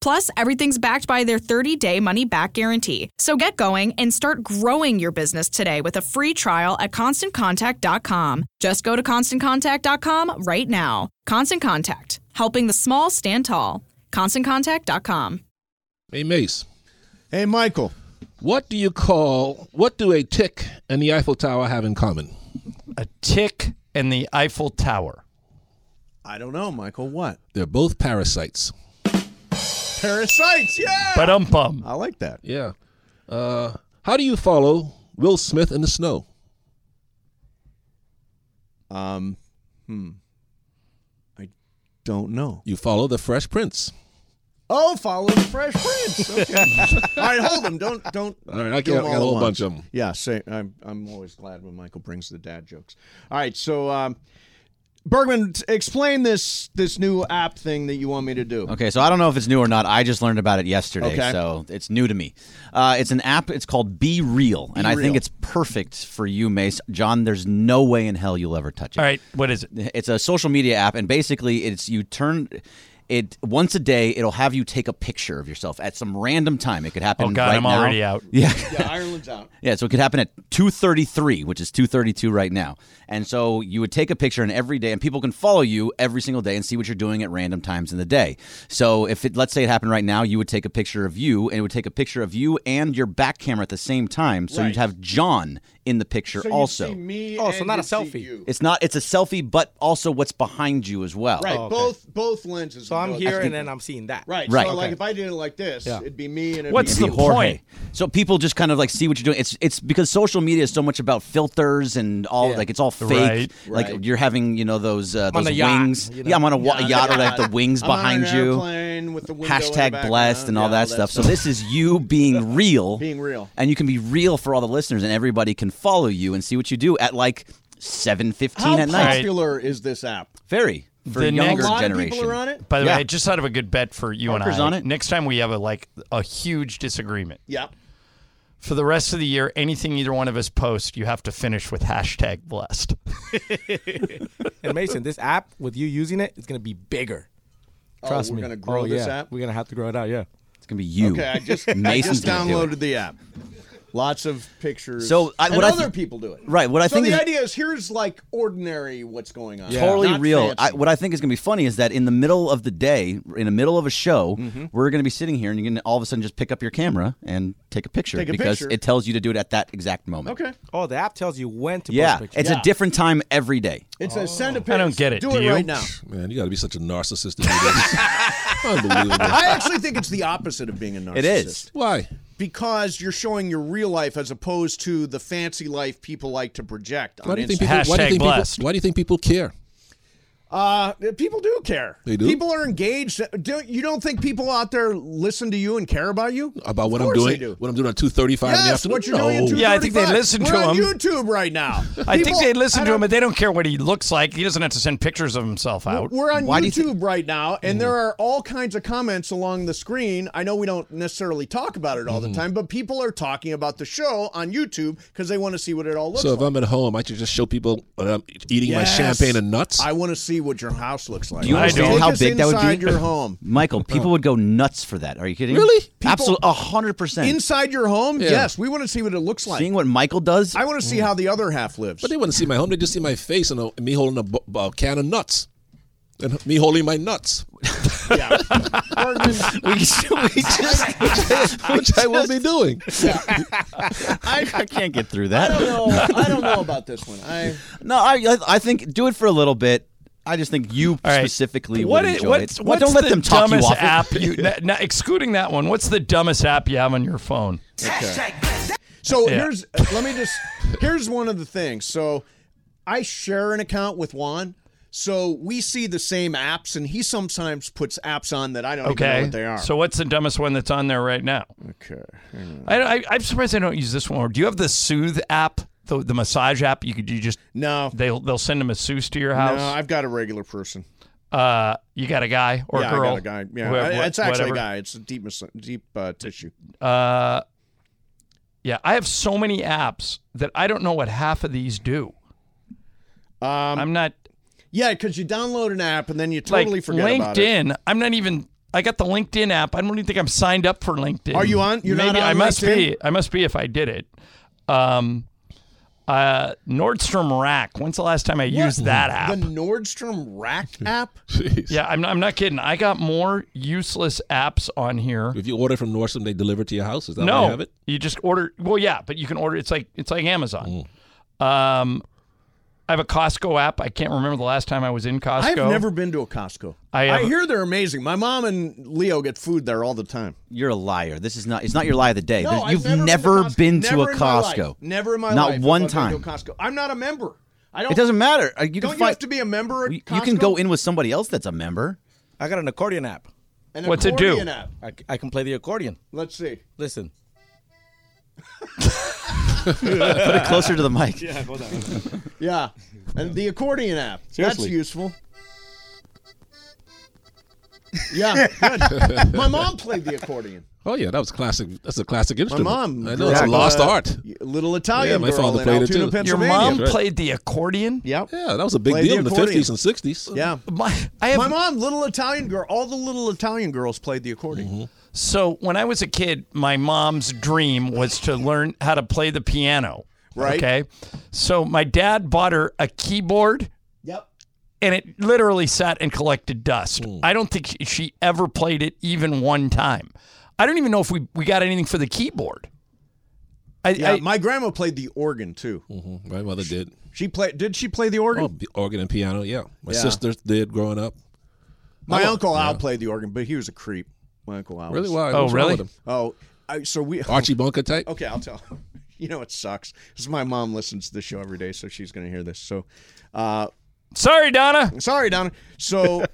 S10: Plus, everything's backed by their 30 day money back guarantee. So get going and start growing your business today with a free trial at constantcontact.com. Just go to constantcontact.com right now. Constant Contact, helping the small stand tall. ConstantContact.com.
S9: Hey, Mace.
S1: Hey, Michael.
S9: What do you call, what do a tick and the Eiffel Tower have in common?
S2: A tick and the Eiffel Tower.
S1: I don't know, Michael. What?
S9: They're both parasites.
S1: Parasites, yeah!
S2: But um bum.
S1: I like that.
S9: Yeah. Uh, how do you follow Will Smith in the snow?
S1: Um, hmm. I don't know.
S9: You follow the Fresh Prince.
S1: Oh, follow the Fresh Prince. Okay.
S4: (laughs)
S1: All right, hold them. Don't don't.
S9: All right, I
S1: do
S9: got-
S1: them all
S9: I got a
S1: at
S9: whole
S1: once.
S9: bunch of 'em.
S1: Yeah, say, I'm I'm always glad when Michael brings the dad jokes. All right, so um, Bergman, t- explain this this new app thing that you want me to do.
S3: Okay, so I don't know if it's new or not. I just learned about it yesterday,
S1: Okay.
S3: so it's new to me. Uh, it's an app. It's called Be Real, and
S2: Be
S3: I think
S2: Real.
S3: it's perfect for you, Mace. John, there's no way in hell you'll ever touch it.
S2: All right, what is it?
S3: It's a social media app, and basically, it's you turn it once a day. It'll have you take a picture of yourself at some random time. It could happen.
S2: Oh, God,
S3: right
S2: I'm
S3: now.
S2: already out.
S3: Yeah.
S1: Yeah, Ireland's
S4: (laughs)
S1: out.
S3: Yeah, so it could happen at 2:33, which is 2:32 right now. And so you would take a picture and every day and people can follow you every single day and see what you're doing at random times in the day. So if it let's say it happened right now, you would take a picture of you and it would take a picture of you and your back camera at the same time. So
S1: Right.
S3: you'd have John in the picture
S1: So you'd
S3: also.
S1: see me.
S4: Oh, so
S1: and
S4: not a
S1: you'd see
S4: selfie.
S1: you.
S3: It's not it's a selfie but also what's behind you as well.
S1: Right, both both lenses.
S4: So
S1: would
S4: I'm
S1: go-
S4: here, and then I'm seeing that.
S1: Right,
S3: Right.
S1: So like
S3: Okay.
S1: if I did it like this,
S4: Yeah.
S1: it'd be me and it'd
S2: What's
S1: be
S2: the
S1: you.
S3: Jorge.
S2: point?
S3: So people just kind of like see what you're doing. It's it's because social media is so much about filters and all like it's all fake.
S2: Right.
S3: Like
S1: Right.
S3: you're having you know those uh,
S4: on
S3: those
S4: a yacht,
S3: wings.
S4: you know?
S3: Yeah, I'm on a wa-
S1: Yeah,
S3: yacht or
S1: I'm
S3: like
S1: (laughs)
S3: the
S1: on-
S3: wings
S1: I'm on
S3: behind
S1: an
S3: you.
S1: airplane with the window in the
S3: Hashtag
S1: background.
S3: blessed and all
S1: Yeah,
S3: that stuff. So this is
S1: (laughs)
S3: you being real,
S1: Being real.
S3: and you can be real for all the listeners, and everybody can follow you and see what you do at like seven
S1: How
S3: fifteen at night.
S1: popular is this app?
S3: Very for
S2: The
S3: younger
S2: next- A
S1: lot of
S3: generation.
S1: people are on it?
S2: By the
S3: Yeah.
S2: way, I just thought of a good bet for you
S3: Parker's
S2: and I.
S3: on it.
S2: Next time we have a like a huge disagreement
S1: Yeah.
S2: for the rest of the year, anything either one of us post, you have to finish with hashtag blessed.
S4: (laughs) And Mason, this app with you using it, it's gonna be bigger. Trust
S1: we're
S4: me.
S1: gonna grow
S4: oh,
S1: this
S4: yeah.
S1: app?
S4: We're gonna have to grow it out. Yeah.
S3: It's gonna be you.
S1: Okay, I just, I
S3: Mason's
S1: just
S3: gonna do it.
S1: downloaded the app. Lots of pictures.
S3: So, I-
S1: and
S3: what I
S1: other
S3: thi-
S1: people do it.
S3: Right, what I
S1: so
S3: think
S1: the
S3: is-
S1: idea is here's like ordinary what's going on.
S3: totally
S1: Not
S3: real. I,
S1: fancy.
S3: what I think is going to be funny is that in the middle of the day, in the middle of a show,
S1: Mm-hmm.
S3: we're going to be sitting here and you can all of a sudden just pick up your camera and take a picture
S1: Take a
S3: because
S1: picture.
S3: it tells you to do it at that exact moment.
S1: okay.
S4: Oh, the app tells you when to
S3: Yeah,
S4: post pictures.
S3: it's
S1: Yeah.
S3: a different time every day.
S1: It says send a picture.
S2: I don't get it.
S1: Do,
S2: Do
S1: it
S2: you?
S1: right now.
S9: (laughs) Man, you got to be such a narcissist to do this.
S1: (laughs)
S9: Unbelievable.
S1: I actually think it's the opposite of being a narcissist.
S3: It is.
S9: Why?
S1: Because you're showing your real life as opposed to the fancy life people like to project.
S9: Why
S1: on
S9: do you think
S1: Instagram.
S9: people? Why
S2: Hashtag
S9: do you think people,
S2: blessed.
S9: why do you think people care?
S1: Uh, people do care.
S9: They do?
S1: People are engaged. Do, you don't think people out there listen to you and care about you?
S9: about what
S1: Of
S9: I'm
S1: course
S9: doing.
S1: they do.
S9: What I'm doing at two thirty-five in the
S1: Yes,
S9: afternoon.
S1: what you're doing at
S9: No.
S1: 2:35. We're on YouTube right now.
S2: I think
S1: People-
S2: they listen
S1: I
S2: to him,
S1: don't-
S2: but they don't care what he looks like. He doesn't have to send pictures of himself out.
S1: We're on YouTube right now, and
S9: Mm-hmm.
S1: there are all kinds of comments along the screen. I know we don't necessarily talk about it all
S9: Mm-hmm.
S1: the time, but people are talking about the show on YouTube because they want to see what it all looks
S9: So if
S1: like.
S9: I'm at home, I should just show people that I'm eating
S1: Yes.
S9: my champagne and nuts.
S1: I want to see what your house looks like.
S3: Do you understand
S1: Take
S3: how
S1: us
S3: big that would be?
S1: inside your home.
S3: (laughs) Michael, people would go nuts for that. Are you kidding?
S1: Really? People-
S3: Absolutely, hundred
S1: (laughs)
S3: percent.
S1: Inside your home?
S3: Yeah.
S1: Yes, we want to see what it looks like.
S3: Seeing what Michael does. Mm.
S1: I want to see how the other half lives.
S9: But they want to see my home. They just see my face and, a, and me holding a, bu- bu- can of nuts. And me holding
S1: (laughs)
S9: my nuts, (laughs)
S3: we just, we just,
S9: (laughs) which I will be doing.
S3: I, (laughs) I can't get
S1: (laughs)
S3: through
S1: I
S3: that.
S1: don't know. I don't know about this one. I
S3: (laughs) No, I I- I think do it for a little bit. I just think you specifically
S2: What
S3: would
S2: is,
S3: enjoy
S2: what's,
S3: it.
S2: what's
S3: don't let
S2: the
S3: them talk you
S2: dumbest
S3: off. it.
S2: app?
S3: (laughs)
S2: You, that- now, excluding that one, what's the dumbest app you have on your phone?
S1: So
S2: Yeah.
S1: here's uh, let me just here's one of the things. So I share an account with Juan. So we see the same apps, and he sometimes puts apps on that I don't even know
S2: Okay.
S1: what they are.
S2: So what's the dumbest one that's on there right now?
S1: okay,
S2: I, I, I'm surprised I don't use this one. Do you have the Soothe app, the, the massage app? You could you just
S1: no,
S2: they'll they'll send a masseuse to your
S1: no,
S2: house.
S1: I've got a regular person.
S2: uh, you got a guy or
S1: yeah,
S2: girl?
S1: I got a guy. Yeah,
S2: whoever-
S1: I- it's actually
S2: whatever.
S1: a guy. It's a deep mas- deep uh, tissue.
S2: Uh, yeah, I have so many apps that I don't know what half of these do.
S1: Um,
S2: I'm not
S1: yeah, because you download an app and then you totally
S2: like
S1: forget about it.
S2: LinkedIn. I'm not even. I got the LinkedIn app. I don't even think I'm signed up for LinkedIn.
S1: Are you on- you're not
S2: Maybe
S1: on
S2: I must
S1: LinkedIn?
S2: be. I must be if I did it. Um, uh, Nordstrom Rack. When's the last time I used that app?
S1: The Nordstrom
S2: (laughs)
S1: Rack app.
S2: yeah, I'm not, I'm not kidding. I got more useless apps on here.
S9: If you order from Nordstrom, they deliver it to your house. Is that how you
S2: No,
S9: have it?
S2: you just order. Well, yeah, but you can order. It's like it's like Amazon.
S9: Mm.
S2: Um, I have a Costco app. I can't remember the last time I was in Costco.
S1: I've never been to a Costco.
S2: I uh, have-
S1: I hear they're amazing. My mom and Leo get food there all the time.
S3: You're a liar. This is not. It's not your lie of the day.
S1: No,
S3: There-
S1: I've
S3: You've
S1: never,
S3: never been to
S1: never
S3: a
S1: in my life.
S3: Costco.
S1: Never in my
S3: Not
S1: life.
S3: one
S1: have I been
S3: time.
S1: to a Costco. I'm not a member. I don't.
S3: It doesn't matter. Uh, You
S1: Don't
S3: can
S1: you have
S3: find.
S1: to be a member at
S3: You
S1: Costco?
S3: can go in with somebody else that's a member.
S4: I got an accordion app.
S1: An
S2: What's it do?
S1: accordion app.
S4: I, c- I can play the accordion.
S1: Let's see. (laughs)
S4: Listen.
S3: (laughs) Put it closer to
S1: (laughs)
S3: the mic.
S1: Yeah, and the accordion app.
S4: Seriously.
S1: That's useful. Yeah,
S11: (laughs)
S1: good. my mom played the accordion.
S9: Oh yeah, that was classic. That's a classic
S1: My
S9: instrument.
S1: mom.
S9: I know it's a
S1: grew up,
S9: lost
S1: uh,
S9: art.
S1: Little Italian
S9: Yeah, my
S1: girl
S9: father
S1: in
S9: played it,
S1: Altoona,
S9: too.
S2: Your
S1: Pennsylvania.
S2: mom
S9: right.
S2: played Eh, the accordion.
S1: Yep.
S9: Yeah, that was a big
S1: Played
S9: deal
S1: the
S9: in the
S1: accordion.
S9: fifties and sixties.
S1: Yeah.
S2: My, I have
S1: My mom, little Italian girl, all the little Italian girls played the accordion.
S2: Mm-hmm. So when I was a kid, my mom's dream was to learn how to play the piano.
S1: Right.
S2: Okay. So my dad bought her a keyboard
S1: Yep.
S2: and it literally sat and collected dust.
S9: Hmm.
S2: I don't think she- she ever played it even one time. I don't even know if we, we got anything for the keyboard. I,
S1: Yeah,
S2: I-
S1: my grandma played the organ too.
S9: Mhm. My mother did.
S1: She played. Did she play the organ?
S9: Oh, the organ and piano. Yeah, my
S1: Yeah.
S9: sisters did growing up.
S1: my
S9: oh,
S1: uncle Al played the organ, but he was a creep. My uncle Al.
S9: Really?
S1: was-
S9: Why?
S2: Oh,
S9: What's wrong
S2: really?
S9: with him?
S1: Oh, I, so we.
S9: (laughs) Archie Bunker type.
S1: (laughs) Okay, I'll tell. You know it sucks. This is my mom listens to the show every day, so she's going to hear this. So, uh,
S2: sorry, Donna.
S1: sorry, Donna.
S9: (laughs)
S1: So,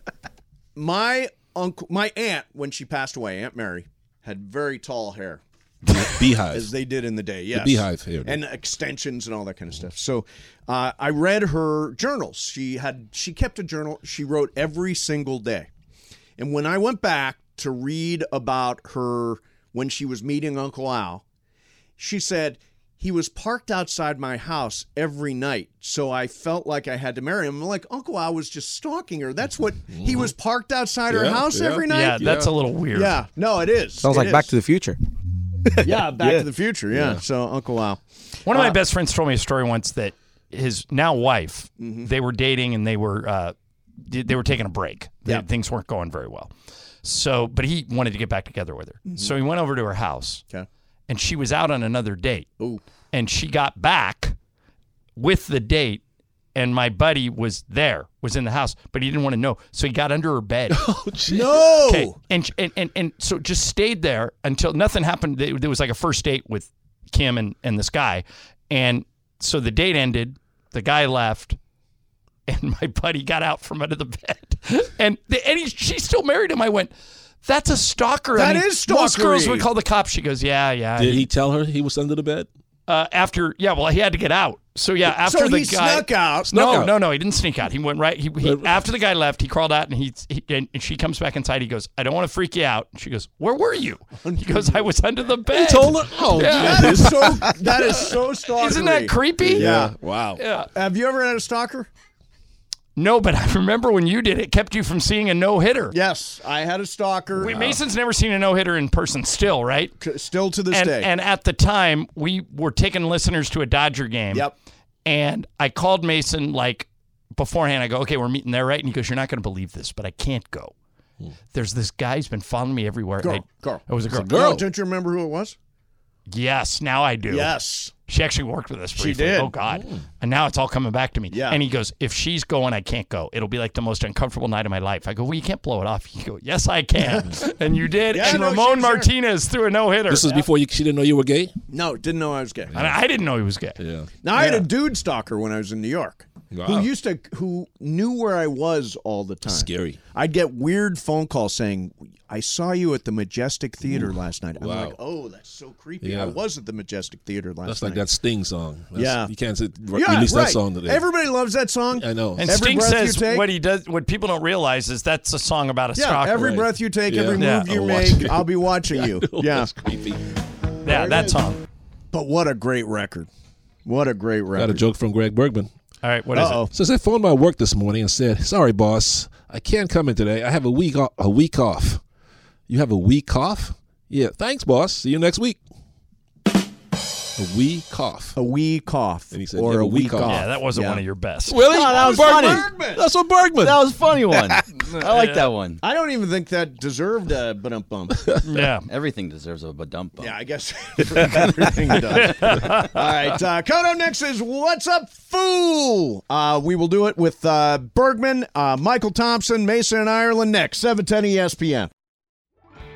S1: my uncle, my aunt, when she passed away, Aunt Mary had very tall hair. as
S9: Beehive.
S1: they did in the day. Yes,
S9: beehive here.
S1: and extensions and all that kind of stuff. So uh, I read her journals. She had she kept a journal. She wrote every single day. And when I went back to read about her when she was meeting Uncle Al, she said he was parked outside my house every night, so I felt like I had to marry him. I'm like Uncle Al was just stalking her. That's what he was parked outside her
S9: Mm-hmm. Yeah,
S1: house
S9: yeah.
S1: every night.
S2: Yeah, that's a little weird.
S1: Yeah, no, it is.
S4: Sounds like Back to the Future.
S1: (laughs) Yeah, Back to the Future. Yeah. So Uncle Al. Uh,
S2: One of my best friends told me a story once that his now wife,
S1: Mm-hmm.
S2: they were dating and they were uh, they they were taking a break. They-
S1: Yeah.
S2: Things weren't going very well. So, but he wanted to get back together with her. So he went over to her house
S1: Mm-hmm. Okay.
S2: and she was out on another date.
S1: Ooh.
S2: And she got back with the date and my buddy was there, was in the house, but he didn't want to know. So he got under her
S9: (laughs)
S2: bed.
S9: Oh,
S1: No.
S2: Okay. And, and and and so just stayed there until nothing happened. There there was like a first date with Kim and and this guy, and so the date ended. The guy left, (laughs) and my buddy got out from under the bed, (laughs) and the, and he, she's still married him. I went, that's a stalker.
S9: That
S2: I mean,
S9: is
S2: Most girls
S9: stalkery.
S2: would call the cops. She goes, yeah, yeah.
S9: Did he tell her he was under the bed?
S2: Uh, after yeah, well, he had to get out. So yeah, after
S9: So
S2: the
S9: he
S2: guy
S9: snuck out.
S2: No,
S9: Snuck out.
S2: no, no, he didn't sneak out. He went right. He, he after the guy left, he crawled out and he, he and and she comes back inside. He goes, I don't want to freak you out. And she goes, Where were you? He goes, I was under the bed.
S9: told her? Oh,
S1: That is so. That is so stalkery.
S2: (laughs) Isn't that creepy?
S1: Yeah.
S9: Wow.
S2: Yeah.
S1: Have you ever had a stalker?
S2: No, but I remember when you did it, kept you from seeing a no hitter.
S1: Yes, I had a stalker. Uh,
S2: Wait, Mason's never seen a no hitter in person, still, right?
S1: Still to this
S2: and,
S1: day.
S2: And at the time, we were taking listeners to a Dodger game. Yep. And I called Mason like beforehand. I go, okay, we're meeting there, right? And he goes, you're not going to believe this, but I can't go. There's this guy who's been following me everywhere.
S1: Hmm. Girl,
S2: I,
S1: girl.
S2: It was a
S1: It's
S2: girl.
S1: a No, don't you remember who it was?
S2: Yes, now I do.
S1: Yes.
S2: She actually worked with us
S1: She
S2: briefly.
S1: did. Mm.
S2: Oh, God. And now it's all coming back to me. Yeah. And he goes, if she's going, I can't go. It'll be like the most uncomfortable night of my life. I go, well, you can't blow it off. You go, yes,
S1: (laughs)
S2: I can. and you did.
S9: Yeah,
S2: and
S9: no, she
S2: Ramon
S9: was there.
S2: Martinez threw a no-hitter.
S9: This was before you, she didn't know you were gay.
S1: No, didn't know I was gay.
S2: And I didn't know he was gay.
S9: Yeah.
S1: Now I had a dude stalker when I was in New York. Who
S9: Wow.
S1: used to who knew where I was all the time.
S9: Scary.
S1: I'd get weird phone calls saying, "I saw you at the Majestic Theater last night." I'm
S9: Wow.
S1: like, "Oh, that's so creepy."
S9: Yeah.
S1: I was at the Majestic Theater last
S9: That's
S1: night.
S9: like that Sting song. That's-
S1: Yeah.
S9: you can't say, re-
S1: yeah,
S9: release
S1: right.
S9: that song today.
S1: Everybody loves that song.
S9: I know.
S2: And
S1: Every
S2: Sting
S1: breath you
S2: says
S1: take-
S2: what he does. What people don't realize is that's a song about a
S1: yeah,
S2: stalker.
S1: every breath you take,
S2: Yeah.
S1: every move
S2: Yeah.
S1: you
S2: I'll watch
S9: (laughs)
S1: make,
S2: you.
S1: I'll be watching you. yeah,
S2: Yeah, that song.
S1: But what a great record! What a great record!
S9: Got a joke from Greg Bergman.
S2: All right, what
S1: is Uh-oh. it?
S9: Since I phoned my work this morning and said, "Sorry, boss, I can't come in today. I have a week off, a week off." You have a week off? Yeah. Thanks, boss. See you next week. A wee cough.
S1: A wee cough.
S9: And he said,
S1: Or
S9: "You
S1: a
S9: have a
S1: wee
S9: week off."
S1: cough.
S2: Yeah, that wasn't one of your best.
S9: Really?
S3: Oh,
S1: No, that was funny.
S9: That's a Bergman.
S3: (laughs) That was
S1: (laughs)
S3: a
S9: (laughs)
S3: funny one. I like
S1: Yeah.
S3: that one.
S1: I don't even think that deserved a bump
S3: (laughs)
S1: bump.
S2: Yeah.
S3: Everything deserves a dump bump.
S1: Yeah, I guess (laughs) everything
S9: (laughs)
S3: (laughs)
S1: does. All right, uh, coming up next is What's Up, Fool? Uh, we will do it with uh, Bergman, uh, Michael Thompson, Mason, and Ireland next, E 710 ESPN.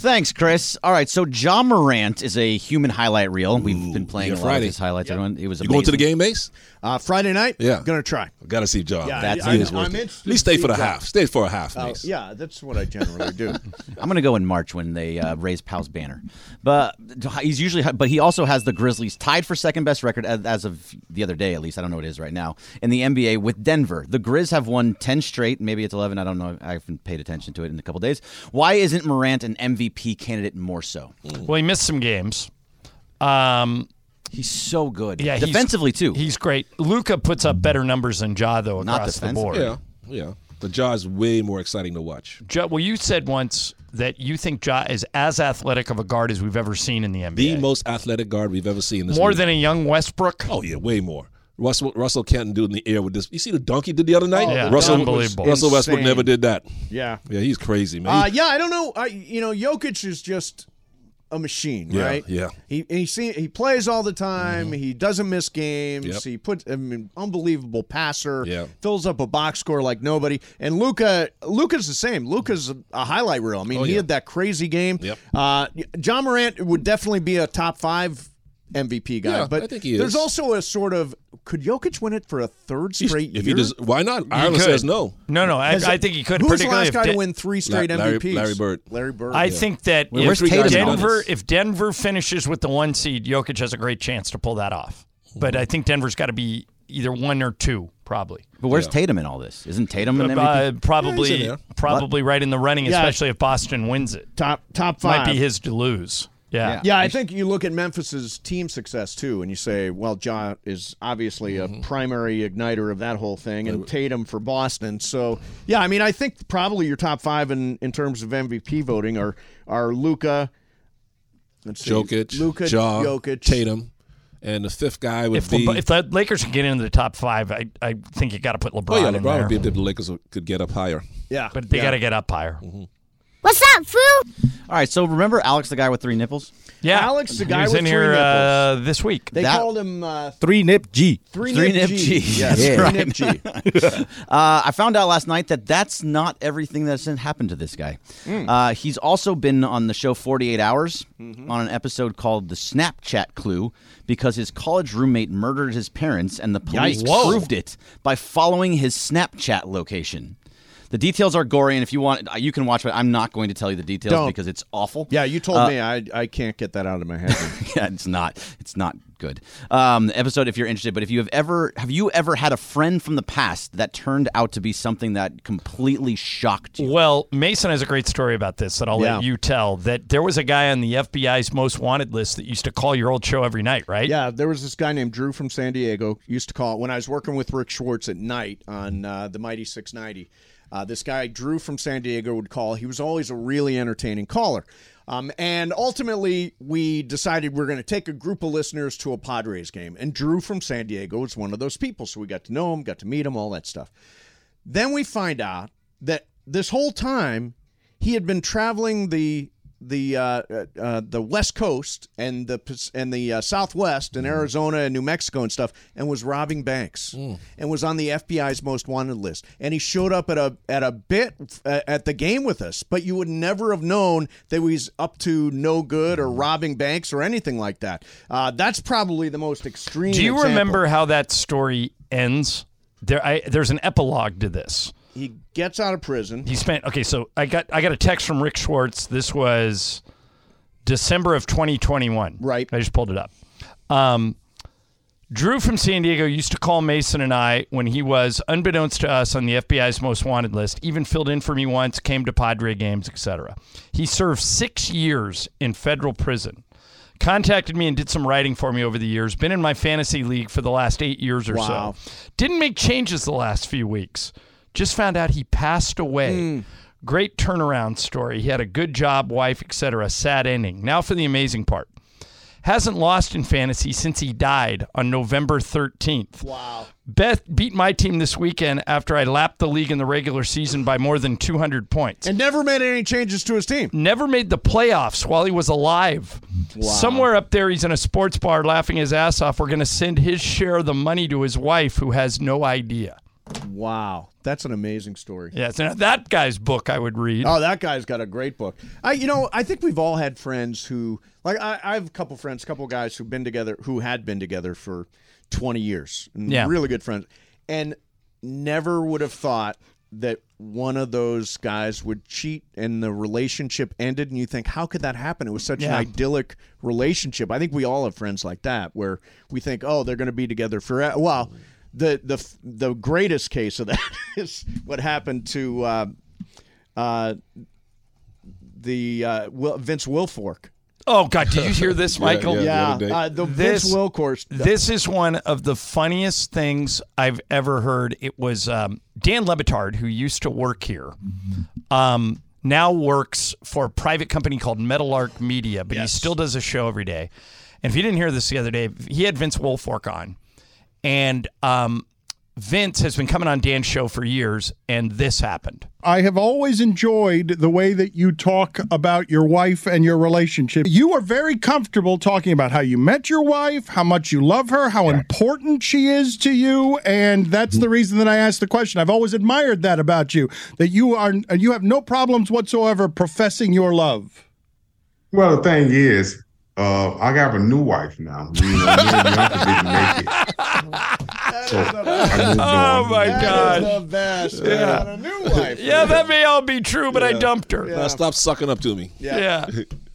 S3: Thanks, Chris. All right, so John Morant is a human highlight reel. We've been playing
S9: yeah,
S3: a lot
S9: Friday.
S3: of his highlights. Everyone, it was
S9: You going to the
S3: amazing.
S9: game, Mace?
S1: Uh, Friday night?
S9: Yeah.
S1: Gonna try.
S9: Gotta see John.
S1: Yeah,
S3: That's- Oh,
S9: he
S3: I-
S9: is
S3: I'm
S9: worth it. At
S3: interested
S9: least stay
S3: to
S9: for the
S3: see John.
S9: half. Stay for a half,
S1: Uh,
S9: Mace.
S1: yeah, that's what I generally
S9: (laughs)
S1: do.
S3: I'm going to go in March when they uh, raise Powell's banner. But he's usually, but he also has the Grizzlies tied for second best record as, as of the other day, at least. I don't know what it is right now in the NBA with Denver. The Grizz have won 10 straight. Maybe it's 11. I don't know. I haven't paid attention to it in a couple days. Why isn't Morant an MVP candidate more so?
S2: Well, he missed some games. Um,
S3: he's so good.
S2: Yeah, he's-
S3: Defensively, too.
S2: He's great. Luca puts up better numbers than Ja though across the board.
S9: Yeah, yeah. The Jaw's way more exciting to watch.
S2: Ja, well, you said once that you think Ja is as athletic of a guard as we've ever seen in the NBA.
S9: The most athletic guard we've ever seen. in This
S2: More
S9: league.
S2: than a young Westbrook.
S9: Oh yeah, way more. Russell Russell Canton doing the air with this. You see the dunk he did the other night.
S1: Oh, Yeah.
S9: Russell,
S1: unbelievable.
S9: Russell Westbrook
S1: Insane.
S9: never did that.
S1: Yeah.
S9: yeah, he's crazy man.
S1: Uh,
S9: He-
S1: yeah, I don't know. I, you know, Jokic is just a machine,
S9: Yeah,
S1: right?
S9: yeah. Mm-hmm.
S1: He he see, he plays all the time. He doesn't miss games.
S9: Yep.
S1: He puts I mean, unbelievable passer.
S9: Yeah.
S1: Fills up a box score like nobody. And Luca Luca's the same. Luca's a, a highlight reel. I mean, he had that crazy game.
S9: Oh, Yep.
S1: Uh, John Morant would definitely be a top five. MVP guy,
S9: Yeah,
S1: but
S9: I think he
S1: there's
S9: is.
S1: also a sort of could Jokic win it for a third
S9: He's-
S1: straight
S9: if
S1: year?
S9: he does, why not?
S2: He
S9: Ireland
S2: could.
S9: says no.
S2: No, no, I,
S1: Has it-
S2: I think he could.
S1: Who's the
S2: particularly
S1: last
S2: if
S1: guy to
S2: De-
S1: win three straight
S9: Larry-
S1: MVPs?
S9: Larry Bird.
S1: Larry Bird.
S2: I
S1: yeah.
S2: think that
S9: Well, where's
S2: if
S9: Tatum on
S2: Denver,
S9: this?
S2: if Denver finishes with the one seed, Jokic has a great chance to pull that off. But I think Denver's got to be either one or two, probably.
S3: But where's Tatum in all this? Isn't Tatum in
S2: Uh,
S3: MVP?
S2: probably, probably right in the running,
S1: Yeah.
S2: especially if Boston wins it.
S1: Top top
S2: might
S1: five.
S2: be his to lose. Yeah,
S1: Yeah, I think you look at Memphis's team success too, and you say, well, Ja is obviously
S9: Mm-hmm.
S1: a primary igniter of that whole thing, and Tatum for Boston. So, yeah, I mean, I think probably your top five in, in terms of MVP voting are are Luca, let's see,
S9: Jokic,
S1: Luka,
S9: Ja,
S1: Jokic,
S9: Tatum, and the fifth guy would
S2: If,
S9: be.
S2: the, if the Lakers can get into the top five, I, I think you got to put LeBron.
S9: oh yeah,
S2: in
S9: LeBron
S2: there.
S9: would be if the Lakers could get up higher. Mm-hmm.
S1: Yeah,
S2: but they
S9: Yeah.
S2: got to get up higher.
S12: What's up, fool?
S3: All right, so remember Alex, the guy with three nipples?
S2: Yeah,
S1: Alex, the
S2: He
S1: guy
S2: was
S1: with
S2: in
S1: three
S2: here
S1: nipples.
S2: uh, this week.
S1: They called him uh,
S3: Three nip G.
S1: Three nip G. Yes, three nip G.
S3: (laughs) uh, I found out last night that that's not everything that's happened to this guy.
S1: Hmm.
S13: Mm.
S3: Uh, he's also been on the show 48 Hours
S1: Mm-hmm.
S3: on an episode called The Snapchat Clue because his college roommate murdered his parents and the police
S13: Yikes. Whoa.
S3: proved it by following his Snapchat location. The details are gory, and if you want, uh, you can watch. But I'm not going to tell you the details
S1: Don't.
S3: because it's awful.
S1: Yeah, you told
S3: Uh,
S1: me I I can't get that out of my head.
S3: (laughs) yeah, it's not. It's not good. Um, episode if you're interested, but if you have ever have you ever had a friend from the past that turned out to be something that completely shocked you?
S2: Well, Mason has a great story about this that I'll
S3: Yeah.
S2: let you tell. That there was a guy on the FBI's most wanted list that used to call your old show every night, right?
S1: Yeah, there was this guy named Drew from San Diego. Used to call when I was working with Rick Schwartz at night on uh, the Mighty 690. Uh, this guy Drew from San Diego would call. He was always a really entertaining caller. Um, and ultimately, we decided we are going to take a group of listeners to a Padres game. And Drew from San Diego was one of those people. So we got to know him, got to meet him, all that stuff. Then we find out that this whole time he had been traveling the the uh, uh, uh, the West Coast and the Pas- and the uh, Southwest
S2: Mm.
S1: and Arizona and New Mexico and stuff, and was robbing banks
S2: Mm.
S1: and was on the FBI's most wanted list. And he showed up at a at a bit uh, at the game with us, but you would never have known that he was up to no good
S2: Mm.
S1: or robbing banks or anything like that. Uh, that's probably the most extreme.
S2: Do you
S1: example.
S2: remember how that story ends? There, I, there's an epilogue to this.
S1: He gets out of prison.
S2: He spent okay. So I got I got a text from Rick Schwartz. This was December of 2021. Right. I just pulled it up. Um, Drew from San Diego used to call Mason and I when he was, unbeknownst to us, on the FBI's most wanted list. Even filled in for me once, came to Padre games, etc. He served six years in federal prison. Contacted me and did some writing for me over the years. Been in my fantasy league for the last eight years or
S1: Wow.
S2: so. Didn't make changes the last few weeks. Just found out he passed away. Great turnaround story. He had a good job, wife, etc. Sad ending. Now for the amazing part hasn't lost in fantasy since he died on November 13th. Wow. Beth beat my team this weekend after I lapped the league in the regular season by more than 200 points.
S1: And never made any changes to his team.
S2: Never made the playoffs while he was alive. Somewhere up there, he's in a sports bar laughing his ass off. We're going to send his share of the money to his wife, who has no idea.
S1: Wow, that's an amazing story.
S2: Yeah, so now that guy's book I would read.
S1: Oh, that guy's got a great book. I, you know, I think we've all had friends who, like, I, I have a couple friends, a couple guys who've been together, who had been together for twenty years, and
S2: Yeah.
S1: really good friends, and never would have thought that one of those guys would cheat and the relationship ended and you think how could that happen it was such
S2: Yeah.
S1: an idyllic relationship i think we all have friends like that where we think oh they're going to be together forever well the the f- the greatest case of that (laughs) is what happened to uh, uh, the uh, Wil- Vince Wilfork.
S2: Oh God! Did you hear this, Michael?
S1: (laughs) Yeah, yeah, the other day. Uh, the Vince Wilcourse-
S2: This is one of the funniest things I've ever heard. It was um, Dan Lebitard, who used to work here,
S1: Mm-hmm.
S2: um, now works for a private company called Metal Arc Media, but he still does a show every day. And if you didn't hear this the other day, he had Vince Wilfork on, and um, Vince has been coming on Dan's show for years, and this happened.
S11: I have always enjoyed the way that you talk about your wife and your relationship. You are very comfortable talking about how you met your wife, how much you love her, how important she is to you, and that's the reason that I asked the question. I've always admired that about you, that you are you have no problems whatsoever professing your love.
S14: Well, the thing is, uh, I got a new wife now. You know, me and Bianca didn't make it. So I moved
S2: Oh
S14: on.
S2: my God!
S1: Yeah.
S9: (laughs)
S2: yeah, that may all be true, but I dumped her.
S9: (laughs) Now stop sucking up to me.
S4: (laughs)
S2: Yeah.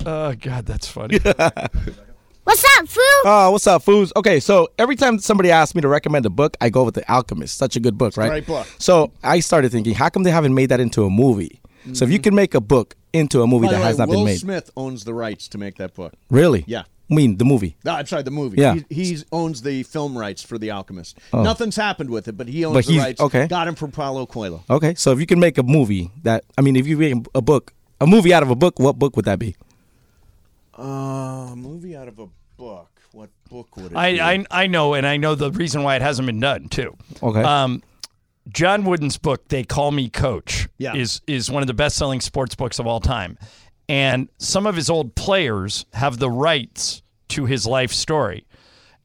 S2: Oh God, that's funny.
S12: What's up, foo?
S4: Oh, what's up, foos? Okay, so every time somebody asks me to recommend a book, I go with The Alchemist. Such a good book, right?
S1: Great book.
S4: So I started thinking, how come they haven't made that into a movie? So if you can make a book into a
S1: Mm-hmm.
S4: movie
S1: By the
S4: that
S1: way,
S4: has not
S1: Will
S4: been made,
S1: Smith owns the rights to make that book.
S4: really?
S1: Yeah.
S4: I mean, the movie.
S1: No, I'm sorry, the movie.
S4: Yeah.
S1: He, he owns the film rights for The Alchemist.
S4: Oh.
S1: Nothing's happened with it, but he owns
S4: But
S1: the
S4: he's-
S1: rights.
S4: okay.
S1: Got him from Paulo Coelho.
S4: Okay, so if you can make a movie that, I mean, if you make a book, a movie out of a book, what book would that be?
S1: Uh, a movie out of a book. What book would it be?
S2: I, I I know, and I know the reason why it hasn't been done too.
S4: Okay.
S2: Um, John Wooden's book, "They Call Me Coach,"
S1: Yeah.
S2: is is one of the best selling sports books of all time, and some of his old players have the rights to his life story,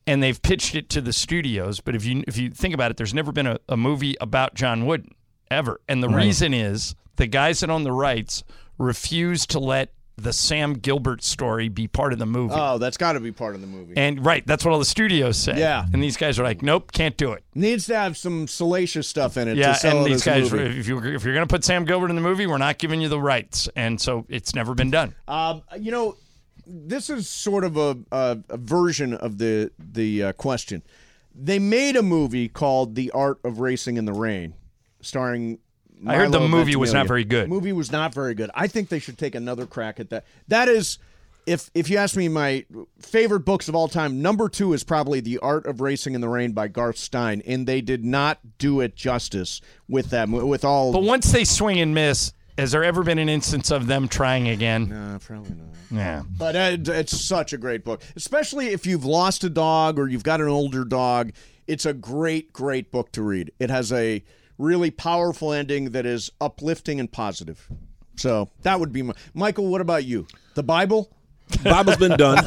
S2: and they've pitched it to the studios. But if you if you think about it, there's never been a, a movie about John Wooden ever, and the
S13: Right.
S2: reason is the guys that own the rights refuse to let the Sam Gilbert story be part of the movie.
S1: Oh, that's got to be part of the movie.
S2: And right, that's what all the studios say.
S1: Yeah.
S2: And these guys are like, nope, can't do it.
S1: Needs to have some salacious stuff in it. to
S2: yeah.
S1: sell
S2: And
S1: it as
S2: these
S1: a
S2: guys, were,
S1: movie.
S2: if you if you're gonna put Sam Gilbert in the movie, we're not giving you the rights, and so it's never been done.
S1: Um, you know, this is sort of a, a, a version of the the uh, question. They made a movie called The Art of Racing in the Rain, starring.
S2: I heard the
S1: Milo
S2: movie was
S1: Ventimiglia.
S2: not very good.
S1: Movie was not very good. I think they should take another crack at that. That is, if if you ask me, my favorite books of all time. Number two is probably The Art of Racing in the Rain by Garth Stein, and they did not do it justice with that mo- with all.
S2: But once they swing and miss, has there ever been an instance of them trying again?
S1: No, probably not.
S2: Yeah.
S1: But it, it's such a great book, especially if you've lost a dog or you've got an older dog. It's a great, great book to read. It has a really powerful ending that is uplifting and positive. So that would be my Michael. What about you? The Bible.
S9: Bible's been done.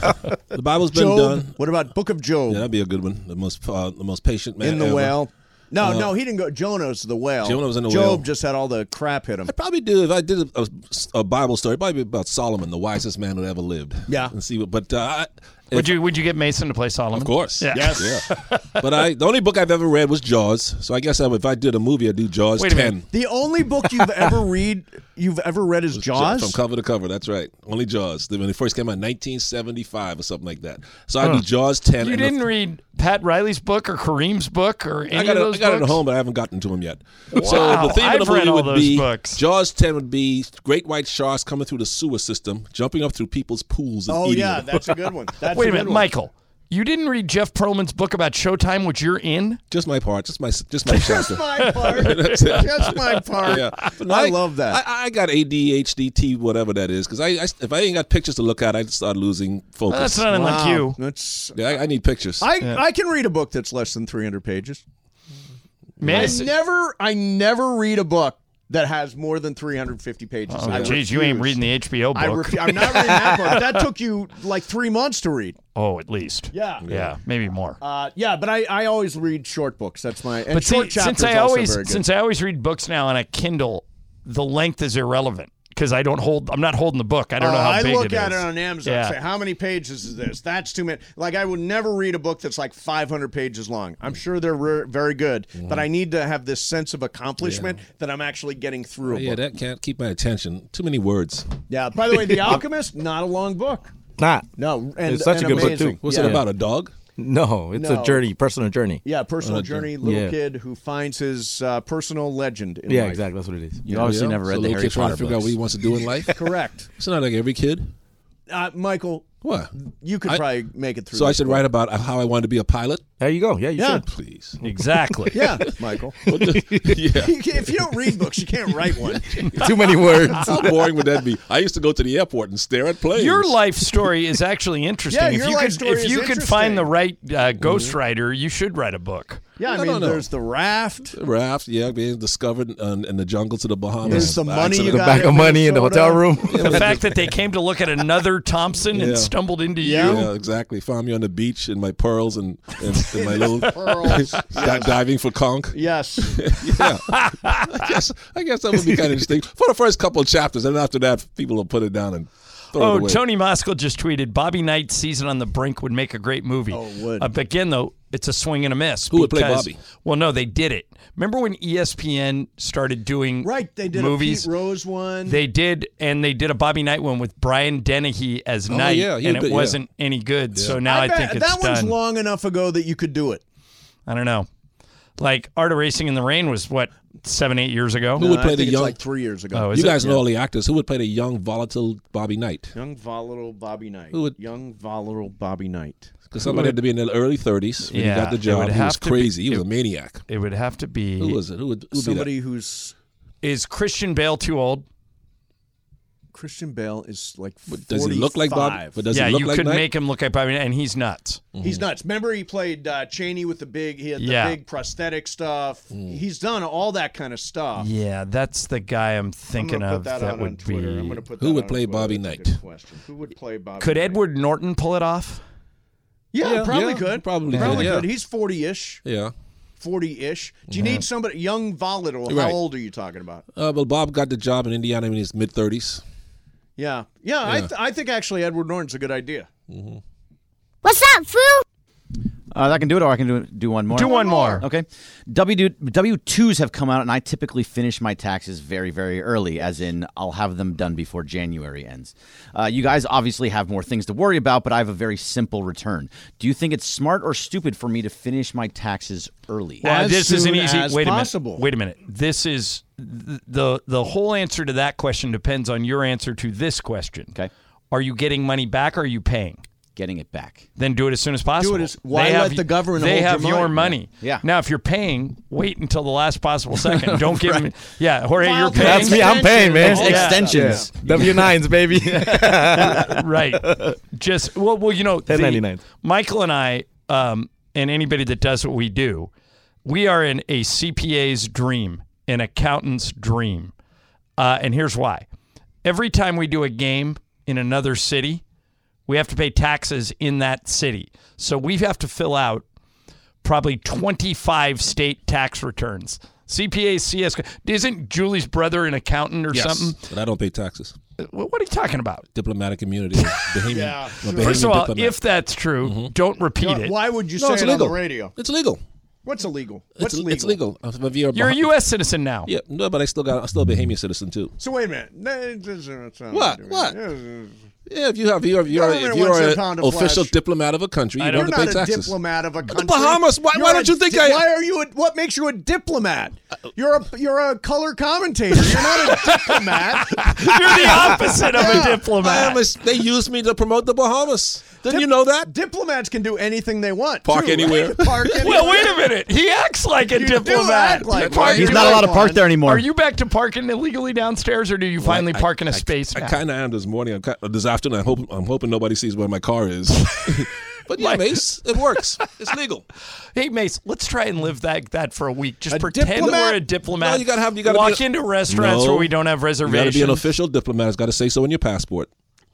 S9: The Bible's been
S1: Job?
S9: done.
S1: What about Book of Job?
S9: Yeah, that'd be a good one. The most uh, the most patient man
S1: in the
S9: ever.
S1: whale. No,
S9: Uh,
S1: no, he didn't go. Jonah's the whale.
S9: Jonah was in the
S1: Job
S9: whale.
S1: just had all the crap hit him.
S9: I'd probably do if I did a, a, a Bible story. it'd Probably be about Solomon, the wisest man who ever lived.
S1: Yeah.
S9: And see, what, but uh, I-
S2: Would
S9: if-
S2: you would you get Mason to play Solomon?
S9: Of course.
S2: Yeah. (laughs)
S9: Yeah. But I (laughs) the only book I've ever read was Jaws. So I guess I, would- if I did a movie, I'd do Jaws
S2: Wait a minute.
S9: ten.
S1: The only book
S9: (laughs)
S1: you've ever read, you've ever read is Jaws.
S9: From cover to cover, that's right. Only Jaws. When it first came out, 1975 or something like that. So I do
S2: Huh.
S9: Jaws 10.
S2: You
S9: and the-
S2: didn't read Pat Riley's book or Kareem's book or any
S9: I
S2: of
S9: got, it,
S2: those
S9: I got it at
S2: books?
S9: home, but I haven't gotten to them yet.
S2: Wow,
S9: So the theme
S2: I've
S9: of the
S2: read
S9: movie
S2: all
S9: would
S2: those
S9: be
S2: books.
S9: Jaws 10 would be great white sharks coming through the sewer system, jumping up through people's pools and
S1: Oh,
S9: eating
S1: yeah,
S9: them.
S1: that's a
S9: (laughs)
S1: good one. That's
S2: Wait a
S1: good
S2: minute,
S1: one.
S2: Michael. You didn't read Jeff Perlman's book about Showtime, which you're in.
S9: Just my part. Just my just my chapter.
S1: my part.
S9: (laughs) That's it.
S1: Just my part.
S9: Yeah.
S1: But I, love that.
S9: I, I got ADHDT, whatever that is, because I, I if I ain't got pictures to look at, I start losing focus.
S2: that's not unlike
S1: Wow.
S2: you.
S1: That's
S9: Yeah, I, I need pictures.
S1: I, I can read a book that's less than 300 pages.
S2: Man,
S1: I
S2: it's-
S1: never I never read a book that has more than 350 pages.
S2: Oh,
S1: I
S2: jeez, you ain't
S1: refuse.
S2: reading the HBO book.
S1: I refu- I'm not reading that book. That took you like three months to read.
S2: oh, at least.
S1: Yeah.
S2: Yeah, maybe more.
S1: Uh, yeah, but I, I always read short books. That's my and
S2: but see,
S1: short chapters
S2: since I
S1: also
S2: always
S1: very good.
S2: since I always read books now on a Kindle, the length is irrelevant because I don't hold. I'm not holding the book. I don't
S1: Uh,
S2: know how
S1: I
S2: big
S1: look
S2: it is.
S1: at it on Amazon.
S2: Yeah.
S1: and Say, how many pages is this? That's too many. Like, I would never read a book that's like 500 pages long. I'm sure they're re- very good, but I need to have this sense of accomplishment that I'm actually getting through. A
S9: Oh, yeah,
S1: book.
S9: that can't keep my attention. Too many words.
S1: yeah. By the way,
S2: (laughs)
S9: (laughs)
S1: The Alchemist, not a long book.
S4: Not.
S1: No, and
S4: it's such
S1: and
S4: a good
S1: amazing.
S4: book too.
S9: What's
S4: Yeah.
S9: it about? A dog?
S4: No, it's
S1: No.
S4: a journey, personal journey.
S1: Yeah, personal
S4: Uh,
S1: journey. Little
S4: yeah.
S1: kid who finds his uh, personal legend. In
S4: Yeah,
S1: life.
S4: exactly. That's what it is.
S3: You obviously never
S9: so
S3: read the
S9: little
S3: Harry
S9: kid trying
S3: Potter
S9: to figure out
S3: books.
S9: what he wants to do in life.
S1: Correct.
S9: It's not like every kid.
S1: (laughs) Uh, Michael,
S9: What?
S1: you could
S9: I-
S1: probably make it through.
S9: So I
S1: this
S9: should
S1: book.
S9: write about how I wanted to be a pilot.
S4: There you go. Yeah, you
S1: Yeah.
S4: should.
S9: Please.
S2: Exactly.
S1: (laughs) Yeah,
S9: (laughs)
S1: Michael. (laughs)
S9: yeah.
S1: You can't- if you don't read books, you can't write one.
S4: (laughs) Too
S1: (laughs)
S4: many
S9: (laughs)
S4: words.
S9: How boring would that be? I used to go to the airport and stare at planes.
S2: Your life story is actually interesting.
S1: Yeah,
S2: if
S1: your
S2: you
S1: life
S2: could,
S1: story
S2: if
S1: is
S2: you could find the
S1: interesting.
S2: right uh,
S9: Mm-hmm.
S2: ghostwriter, you should write a book.
S1: Yeah, I
S9: No,
S1: mean,
S9: no, no.
S1: there's the raft.
S9: raft, yeah, being discovered uh, in, in the jungle to the Bahamas.
S1: There's the
S9: By
S1: money you
S9: accident.
S4: The
S1: got
S4: bag
S1: in
S4: of money in the
S1: Minnesota.
S4: hotel room.
S2: The fact that they came to look at another Thompson
S9: Yeah.
S2: and stumbled into you.
S9: Yeah, exactly. Found me on the beach in my pearls and, and,
S2: (laughs)
S9: and my little
S1: Pearls,
S9: (laughs) di- diving for conch.
S1: Yes.
S9: Yeah, I guess (laughs) I guess that would be kind
S2: (laughs)
S9: of interesting for the first couple of chapters, and after that, people will put it down and throw it
S2: Oh,
S9: away.
S2: Tony Moskal just tweeted Bobby Knight's season on the brink would make a great movie. Oh,
S1: would.
S2: again, though, It's a swing and a miss.
S9: Who would play
S2: because-
S9: Bobby?
S2: Well, no, they did it. Remember when E ESPN started doing right? They
S1: did a
S2: movies.
S1: Pete Rose one.
S2: They did, and they did a Bobby Knight one with Brian Dennehy as
S1: Oh,
S2: Knight,
S1: yeah, he
S2: and it
S1: did, yeah.
S2: wasn't any good. So now I,
S1: bet
S2: think it's
S1: that one's
S2: done.
S1: long enough ago that you could do it.
S2: I don't know. Like Art of Racing in the Rain was what seven, eight years ago.
S9: Who would play the young?
S2: Oh, is
S9: you
S2: it?
S9: guys know
S2: Yeah.
S9: all the actors. Who would play the young, volatile Bobby Knight?
S1: Young volatile Bobby Knight.
S9: Who would-
S1: Young volatile Bobby Knight.
S9: Because somebody had to be in the early 30s when he got the
S2: it would
S9: job. He was
S2: have to be-
S9: crazy. he was
S2: it-
S9: a maniac.
S2: It would have to be
S9: Who was it? Who would, who would
S1: somebody
S9: be
S1: who's
S2: is Christian Bale too old?
S1: Christian Bale is like
S9: But does he look like Bobby?
S1: 45.
S9: But does he
S2: yeah,
S9: look
S2: you
S9: like
S2: could
S9: Knight? Mm-hmm.
S2: make him look like Bobby, Knight, and he's nuts.
S1: He's nuts. Remember, he played uh, Cheney with the big, he had the
S2: Mm-hmm. Yeah.
S1: big prosthetic stuff.
S9: Mm.
S1: He's done all that kind of stuff.
S2: Yeah, that's the guy I'm thinking
S1: gonna put
S2: of.
S1: that
S2: That,
S1: out on
S2: would be.
S1: Twitter. I'm gonna put
S9: Who that would on play Twitter. Bobby That's a good Knight?
S1: question. Who would play Bobby?
S2: Could Edward Norton pull it off?
S1: Yeah,
S9: Yeah,
S1: probably
S9: yeah,
S1: could.
S9: probably
S1: probably
S9: could, yeah.
S1: could. He's forty-ish.
S9: Yeah.
S1: Forty-ish. Do you
S9: Yeah.
S1: need somebody young, volatile? How
S9: Right.
S1: old are you talking about?
S9: Uh, well, Bob got the job in Indiana in his mid 30s.
S1: Yeah, yeah. I,
S9: Yeah.
S1: th- I think actually Edward Norton's a good idea.
S9: Mm-hmm.
S12: What's up, foo?
S3: Uh, I can do it, or I can do, do one more.
S2: Do one more.
S3: Okay. W W twos have come out, and I typically finish my taxes very, very early, as in I'll have them done before January ends. Uh, you guys obviously have more things to worry about, but I have a very simple return. Do you think it's smart or stupid for me to finish my taxes early?
S2: Well, this is an easy. wait a
S3: possible.
S2: minute. Wait a minute. This is th- the the whole answer to that question depends on your answer to this question. Okay. Are you getting money back? or Are you paying?
S3: Getting it back.
S2: Then do it as soon as possible.
S3: as- why
S2: they
S3: let
S2: have,
S3: the government
S2: They
S3: hold your
S2: have your
S3: money?
S2: money.
S3: Yeah.
S2: Now, if you're paying, wait until the last possible
S3: (laughs)
S2: second. Don't give me. Yeah, Jorge, you're paying.
S4: That's me. I'm paying, man.
S2: Yeah.
S4: Extensions.
S2: Yeah.
S4: W nines,
S2: (laughs)
S4: baby.
S1: (laughs)
S2: right. Just well, well, you know, the-
S4: 1099.
S2: Michael and I, um, and anybody that does what we do, we are in a CPA's dream, an accountant's dream, uh, and here's why: every time we do a game in another city, we have to pay taxes in that city, so we have to fill out probably 25 state tax returns. CPA, CS. Isn't Julie's brother an accountant or
S9: Yes,
S2: something?
S9: But I don't pay taxes.
S2: What are you talking about?
S9: Diplomatic
S2: (laughs)
S9: immunity. Bahamian.
S1: Yeah,
S9: I'm
S1: sure.
S9: a Bahamian
S2: First of all,
S9: diplomat.
S2: if that's true,
S9: Mm-hmm.
S2: don't repeat
S1: Yeah,
S2: it.
S1: Why would you
S9: No,
S1: say
S9: it's
S1: it
S9: legal.
S1: on the radio?
S9: It's legal.
S1: What's illegal?
S9: it's,
S1: What's legal?
S9: it's legal. Uh, If- if you're a
S2: You're a
S9: Bah-
S2: U.S. citizen now.
S9: Yeah, no, but I still got. I'm still a Bahamian citizen too.
S1: So wait a minute. No, it uh, doesn't sound like
S9: What?
S1: it.
S9: What?
S1: Yeah.
S9: Yeah, if you have, you're, you're,
S1: Government
S9: if you're
S1: wants their
S9: an
S1: pound of
S9: official
S1: flesh.
S9: diplomat of a country, you
S1: You're
S9: don't have
S1: not
S9: to pay
S1: a
S9: taxes.
S1: diplomat of a country.
S9: Bahamas, why-
S1: You're
S9: why don't
S1: a
S9: you think
S1: di-
S9: I- Uh,
S1: Why are you? A, what makes you a diplomat? You're a you're a color commentator. You're not
S9: (laughs)
S1: a diplomat.
S2: you're the opposite of
S9: Yeah,
S2: a diplomat.
S9: I am a- they use me to promote the Bahamas. Didn't you know that?
S1: Diplomats can do anything they want.
S9: Park
S1: too,
S9: anywhere.
S1: right?
S9: (laughs)
S1: Park anywhere.
S2: Well, wait a minute. He acts like a
S1: You do
S2: diplomat.
S1: act like
S2: Park-
S1: one. He's not allowed to park there anymore.
S2: Are you back to parking illegally downstairs, or do you finally
S9: I-
S2: park in a
S9: I-
S2: space
S9: I
S2: now?
S9: kind of am this morning. I'm ki- uh, this afternoon. I hope I'm hoping nobody sees where my car
S2: (laughs)
S9: is. but yeah, Mace, it works. It's legal.
S2: hey, Mace, let's try and live that that for a week. Just
S9: A
S2: pretend
S9: diplomat?
S2: we're a diplomat.
S9: No, you gotta have- you gotta
S2: walk
S9: be a-
S2: into restaurants
S9: No.
S2: where we don't have
S9: You got
S2: reservations.
S9: to be an official diplomat. It's got to say so in your passport.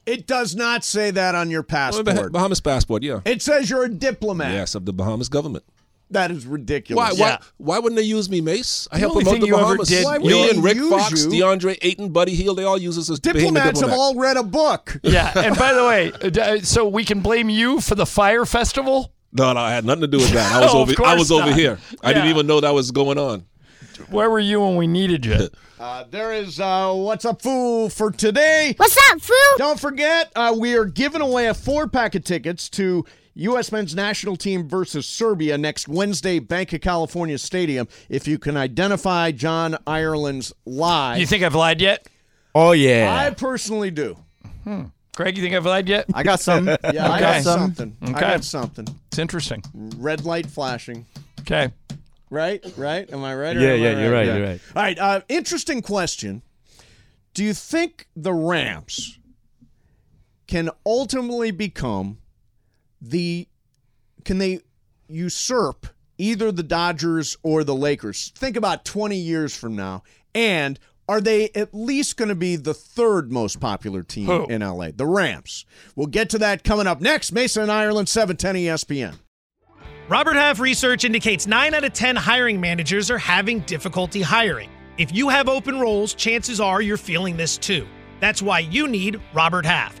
S1: It does not say that on your passport.
S9: Bahamas passport, yeah.
S1: It says you're a diplomat.
S9: Yes, of the Bahamas government.
S1: That is ridiculous.
S9: Why? Why? Why wouldn't they use me, Mace? I
S2: The
S9: help
S2: only
S9: promote
S2: thing
S9: the
S2: you ever
S9: Bahamas.
S2: did- Why would
S9: Me
S2: they
S9: and Rick
S1: use
S9: Fox,
S1: you?
S9: DeAndre Ayton, Buddy Hill, they all use us as Bahamian
S1: Diplomats have
S9: diplomat. (laughs)
S1: all read a book.
S2: yeah, and by the way, uh, so we can blame you for the fire festival.
S9: No, no, I had nothing to do with that.
S2: (laughs)
S9: I was
S2: No, of
S9: over. I was
S2: course
S9: over
S2: not.
S9: here. I didn't
S2: Yeah.
S9: even know that was going on.
S2: Where were you when we needed
S9: (laughs)
S2: you?
S1: Uh, there is uh, What's Up Foo for today.
S12: What's up, foo?
S1: Don't forget, uh, we are giving away a four pack of tickets to U.S. men's national team versus Serbia next Wednesday, Bank of California Stadium. If you can identify John Ireland's lie,
S2: You think I've lied yet?
S4: Oh yeah.
S1: I personally do.
S2: Craig, you think I've lied yet?
S3: I
S2: (laughs)
S9: (laughs)
S3: got some.
S1: Yeah, I
S2: Okay.
S1: got something. I
S2: Okay.
S1: got something.
S2: It's interesting.
S1: Red light flashing.
S2: Okay.
S1: Right? Right? Am I right? Or
S4: Yeah,
S1: am I
S4: yeah, you're right, you're right.
S1: All right. Uh, interesting question. Do you think the Rams can ultimately become the? Can they usurp either the Dodgers or the Lakers? Think about 20 years from now, and are they at least going to be the third most popular team
S2: Who?
S1: in LA? The Rams. We'll get to that coming up next. Mason and Ireland, E 710 ESPN.
S15: Robert Half research indicates 9 out of 10 hiring managers are having difficulty hiring. If you have open roles, chances are you're feeling this too. That's why you need Robert Half.